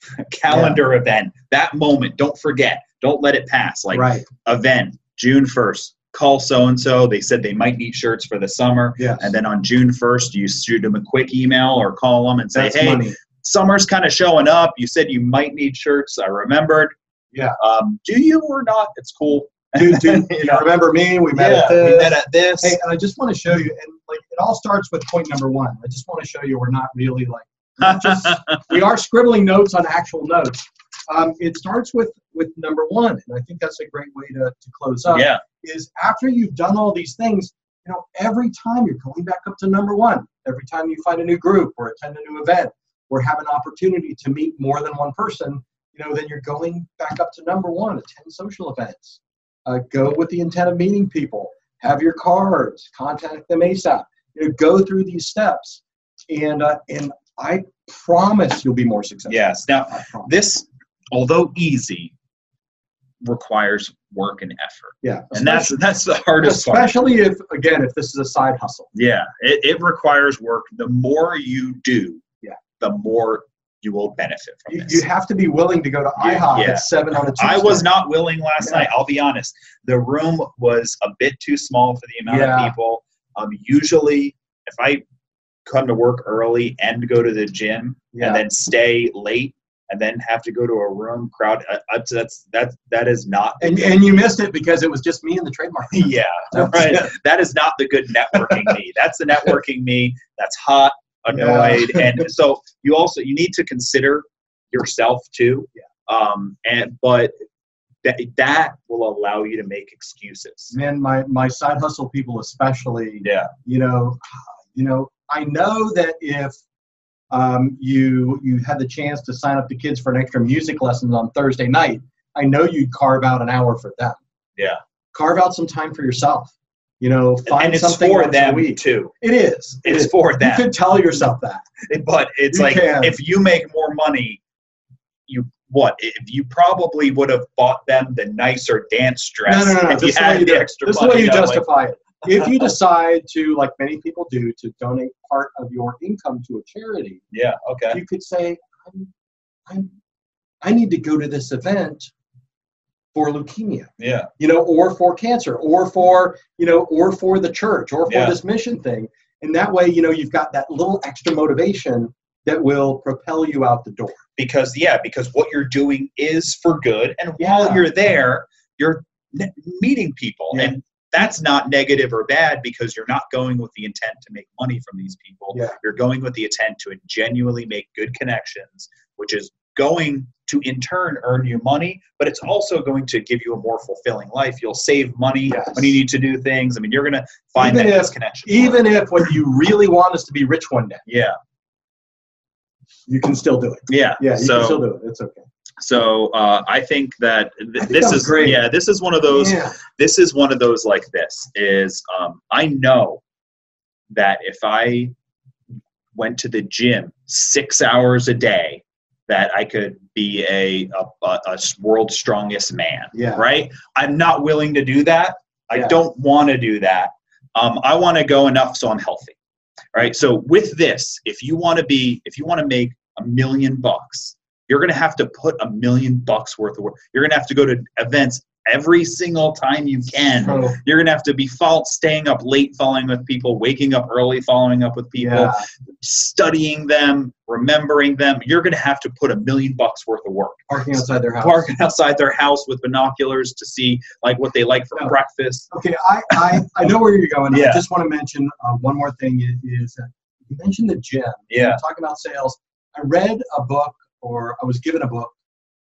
Speaker 1: calendar event. That moment, don't forget. Don't let it pass. Like
Speaker 2: right
Speaker 1: event, June first. Call so and so. They said they might need shirts for the summer.
Speaker 2: yeah
Speaker 1: And then on June 1st, you shoot them a quick email or call them and say,
Speaker 2: that's
Speaker 1: hey,
Speaker 2: money
Speaker 1: summer's kind of showing up. You said you might need shirts. I remembered.
Speaker 2: Yeah.
Speaker 1: Um, do you or not? It's cool.
Speaker 2: dude, dude
Speaker 1: You
Speaker 2: you
Speaker 1: know,
Speaker 2: remember me we met
Speaker 1: yeah,
Speaker 2: at this.
Speaker 1: we met at this.
Speaker 2: Hey, and I just want to show you, and like it all starts with point number one. I just want to show you we're not really like we're not just- we are scribbling notes on actual notes. Um, it starts with with number one, and I think that's a great way to, to close up.
Speaker 1: yeah,
Speaker 2: Is after you've done all these things, you know, every time you're going back up to number one. Every time you find a new group or attend a new event or have an opportunity to meet more than one person, you know, then you're going back up to number one. Attend social events. Uh, go with the intent of meeting people have your cards, contact them ASAP. You know, go through these steps, and uh, and I promise you'll be more successful.
Speaker 1: yes. Now,
Speaker 2: I promise.
Speaker 1: this, although easy, requires work and effort.
Speaker 2: yeah,
Speaker 1: And that's that's the hardest part.
Speaker 2: especially if again if this is a side hustle.
Speaker 1: Yeah, it, it requires work. The more you do,
Speaker 2: Yeah.
Speaker 1: the more you will benefit from
Speaker 2: You,
Speaker 1: this.
Speaker 2: you have to be willing to go to
Speaker 1: Yeah,
Speaker 2: IHOP
Speaker 1: yeah.
Speaker 2: at seven on a Tuesday.
Speaker 1: I was not willing last
Speaker 2: Yeah.
Speaker 1: night. I'll be honest. The room was a bit too small for the amount
Speaker 2: Yeah.
Speaker 1: of people. Um, usually, if I come to work early and go to the gym
Speaker 2: Yeah,
Speaker 1: and then stay late and then have to go to a room crowd, uh, uh, that's that that is not
Speaker 2: and, and you missed it because it was just me and the trademark.
Speaker 1: yeah right. That is not the good networking me. That's the networking me. That's hot, annoyed, and so you also you need to consider yourself too.
Speaker 2: Yeah.
Speaker 1: Um, and but that that will allow you to make excuses.
Speaker 2: man, my my side hustle people especially,
Speaker 1: Yeah.
Speaker 2: you know, you know, I know that if um, you you had the chance to sign up the kids for an extra music lesson on Thursday night, I know you'd carve out an hour for them.
Speaker 1: Yeah.
Speaker 2: Carve out some time for yourself. You know, find
Speaker 1: and it's
Speaker 2: something
Speaker 1: for
Speaker 2: once a
Speaker 1: them
Speaker 2: week.
Speaker 1: too.
Speaker 2: It is. It
Speaker 1: It's
Speaker 2: is.
Speaker 1: for them.
Speaker 2: You could tell yourself that.
Speaker 1: but it's
Speaker 2: You
Speaker 1: like
Speaker 2: can.
Speaker 1: if you make more money you what if you probably would have bought them the nicer dance dress
Speaker 2: No, no, no, no.
Speaker 1: if you
Speaker 2: This is the
Speaker 1: had
Speaker 2: way you
Speaker 1: the
Speaker 2: do it.
Speaker 1: extra
Speaker 2: This is the
Speaker 1: money
Speaker 2: way you
Speaker 1: No, like,
Speaker 2: justify it. If you decide to, like many people do, to donate part of your income to a charity,
Speaker 1: yeah okay
Speaker 2: you could say, I'm, I'm, I need to go to this event for leukemia,
Speaker 1: yeah
Speaker 2: you know, or for cancer, or for, you know, or for the church, or for
Speaker 1: Yeah.
Speaker 2: this mission thing. And that way, you know, you've got that little extra motivation that will propel you out the door.
Speaker 1: because yeah because what you're doing is for good and while
Speaker 2: Yeah.
Speaker 1: you're there you're ne- meeting people
Speaker 2: Yeah.
Speaker 1: and that's not negative or bad because you're not going with the intent to make money from these people
Speaker 2: Yeah.
Speaker 1: you're going with the intent to genuinely make good connections which is going to in turn earn you money but it's also going to give you a more fulfilling life you'll save money
Speaker 2: Yes.
Speaker 1: when you need to do things i mean you're going to find
Speaker 2: Even
Speaker 1: that
Speaker 2: if-
Speaker 1: best connection
Speaker 2: Even if what you really want is to be rich one day,
Speaker 1: yeah
Speaker 2: you can still do it.
Speaker 1: yeah
Speaker 2: Yeah, you can still
Speaker 1: so
Speaker 2: do it. It's okay.
Speaker 1: so uh, i think that th-
Speaker 2: think
Speaker 1: this
Speaker 2: that was
Speaker 1: is
Speaker 2: great.
Speaker 1: yeah this is one of those
Speaker 2: Yeah.
Speaker 1: this is one of those like this is um, i know that if i went to the gym six hours a day that i could be a, a, a, a world's strongest man
Speaker 2: Yeah.
Speaker 1: right i'm not willing to do that i
Speaker 2: Yeah.
Speaker 1: don't want to do that um, i want to go enough so i'm healthy right so with this if you want to be if you want to make a million bucks you're going to have to put a million bucks worth of work you're going to have to go to events every single time you can
Speaker 2: So,
Speaker 1: you're going to have to be fault staying up late following with people waking up early following up with people
Speaker 2: yeah.
Speaker 1: studying them remembering them you're going to have to put a million bucks worth of work
Speaker 2: Parking outside their house.
Speaker 1: parking outside their house with binoculars to see like what they like for
Speaker 2: No.
Speaker 1: breakfast
Speaker 2: Okay, I, I, I know where you're going.
Speaker 1: Yeah.
Speaker 2: I just want to mention uh, one more thing is, is that you mentioned the gym.
Speaker 1: yeah
Speaker 2: Talking about sales, I read a book or I was given a book.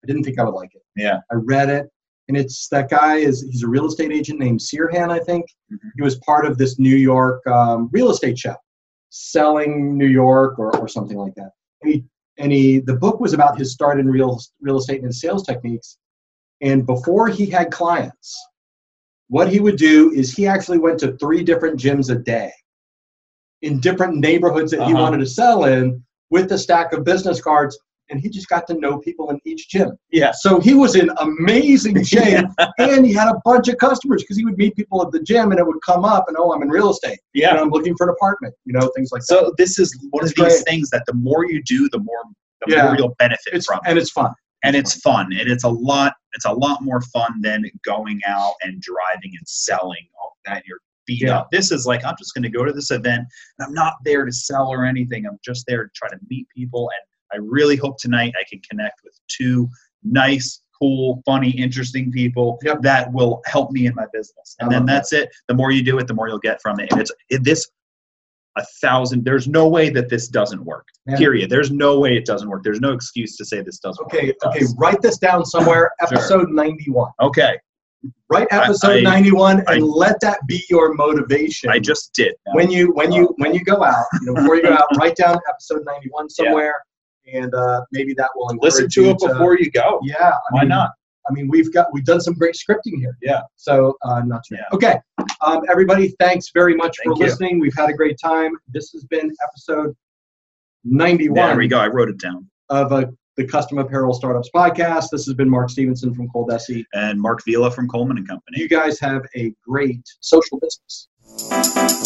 Speaker 2: I didn't think I would like it.
Speaker 1: Yeah.
Speaker 2: I read it, and it's that guy is he's a real estate agent named Sirhan, I think.
Speaker 1: Mhm.
Speaker 2: He was part of this New York um, real estate show, selling New York or, or something like that. And he and he the book was about his start in real real estate and his sales techniques. And before he had clients, what he would do is he actually went to three different gyms a day in different neighborhoods that he
Speaker 1: Uh-huh.
Speaker 2: wanted to sell in with a stack of business cards and he just got to know people in each gym.
Speaker 1: yeah
Speaker 2: So he was in amazing shape and he had a bunch of customers because he would meet people at the gym and it would come up and oh I'm in real estate
Speaker 1: yeah
Speaker 2: and I'm looking for an apartment, you know, things like that.
Speaker 1: so this is one
Speaker 2: It's
Speaker 1: of these
Speaker 2: great.
Speaker 1: things that the more you do the more the
Speaker 2: Yeah.
Speaker 1: more you'll benefit
Speaker 2: It's
Speaker 1: from
Speaker 2: and it's fun.
Speaker 1: and it's fun and it's a lot it's a lot more fun than going out and driving and selling all that you're beat
Speaker 2: Yeah.
Speaker 1: up this is like i'm just going to go to this event and i'm not there to sell or anything i'm just there to try to meet people and i really hope tonight i can connect with two nice cool funny interesting people
Speaker 2: Yep.
Speaker 1: that will help me in my business and
Speaker 2: I
Speaker 1: then
Speaker 2: love that.
Speaker 1: that's it the more you do it the more you'll get from it and it's it, this a thousand there's no way that this doesn't work
Speaker 2: Yeah.
Speaker 1: period there's no way it doesn't work there's no excuse to say this doesn't work
Speaker 2: Okay,
Speaker 1: It
Speaker 2: okay,
Speaker 1: does.
Speaker 2: write this down somewhere,
Speaker 1: Sure.
Speaker 2: episode 91.
Speaker 1: Okay,
Speaker 2: Write
Speaker 1: I-
Speaker 2: episode
Speaker 1: I-
Speaker 2: 91 and
Speaker 1: I-
Speaker 2: let that be your motivation.
Speaker 1: I just did. now.
Speaker 2: when you when you when you go out, you know, before you go out, write down episode ninety one somewhere, and uh, maybe that will encourage
Speaker 1: Listen to
Speaker 2: you
Speaker 1: it before you go.
Speaker 2: Yeah, I
Speaker 1: Why
Speaker 2: mean,
Speaker 1: not?
Speaker 2: I mean, we've got we've done some great scripting here.
Speaker 1: Yeah.
Speaker 2: So uh, not sure.
Speaker 1: Yeah.
Speaker 2: Okay, um, everybody, thanks very much
Speaker 1: Thank
Speaker 2: for
Speaker 1: you.
Speaker 2: listening. We've had a great time. This has been episode ninety
Speaker 1: There we
Speaker 2: one
Speaker 1: go. I wrote it down.
Speaker 2: of uh the Custom Apparel Startups podcast. This has been Mark Stevenson from Cold SE.
Speaker 1: And Mark Vila from Coleman and Company.
Speaker 2: You guys have a great social business.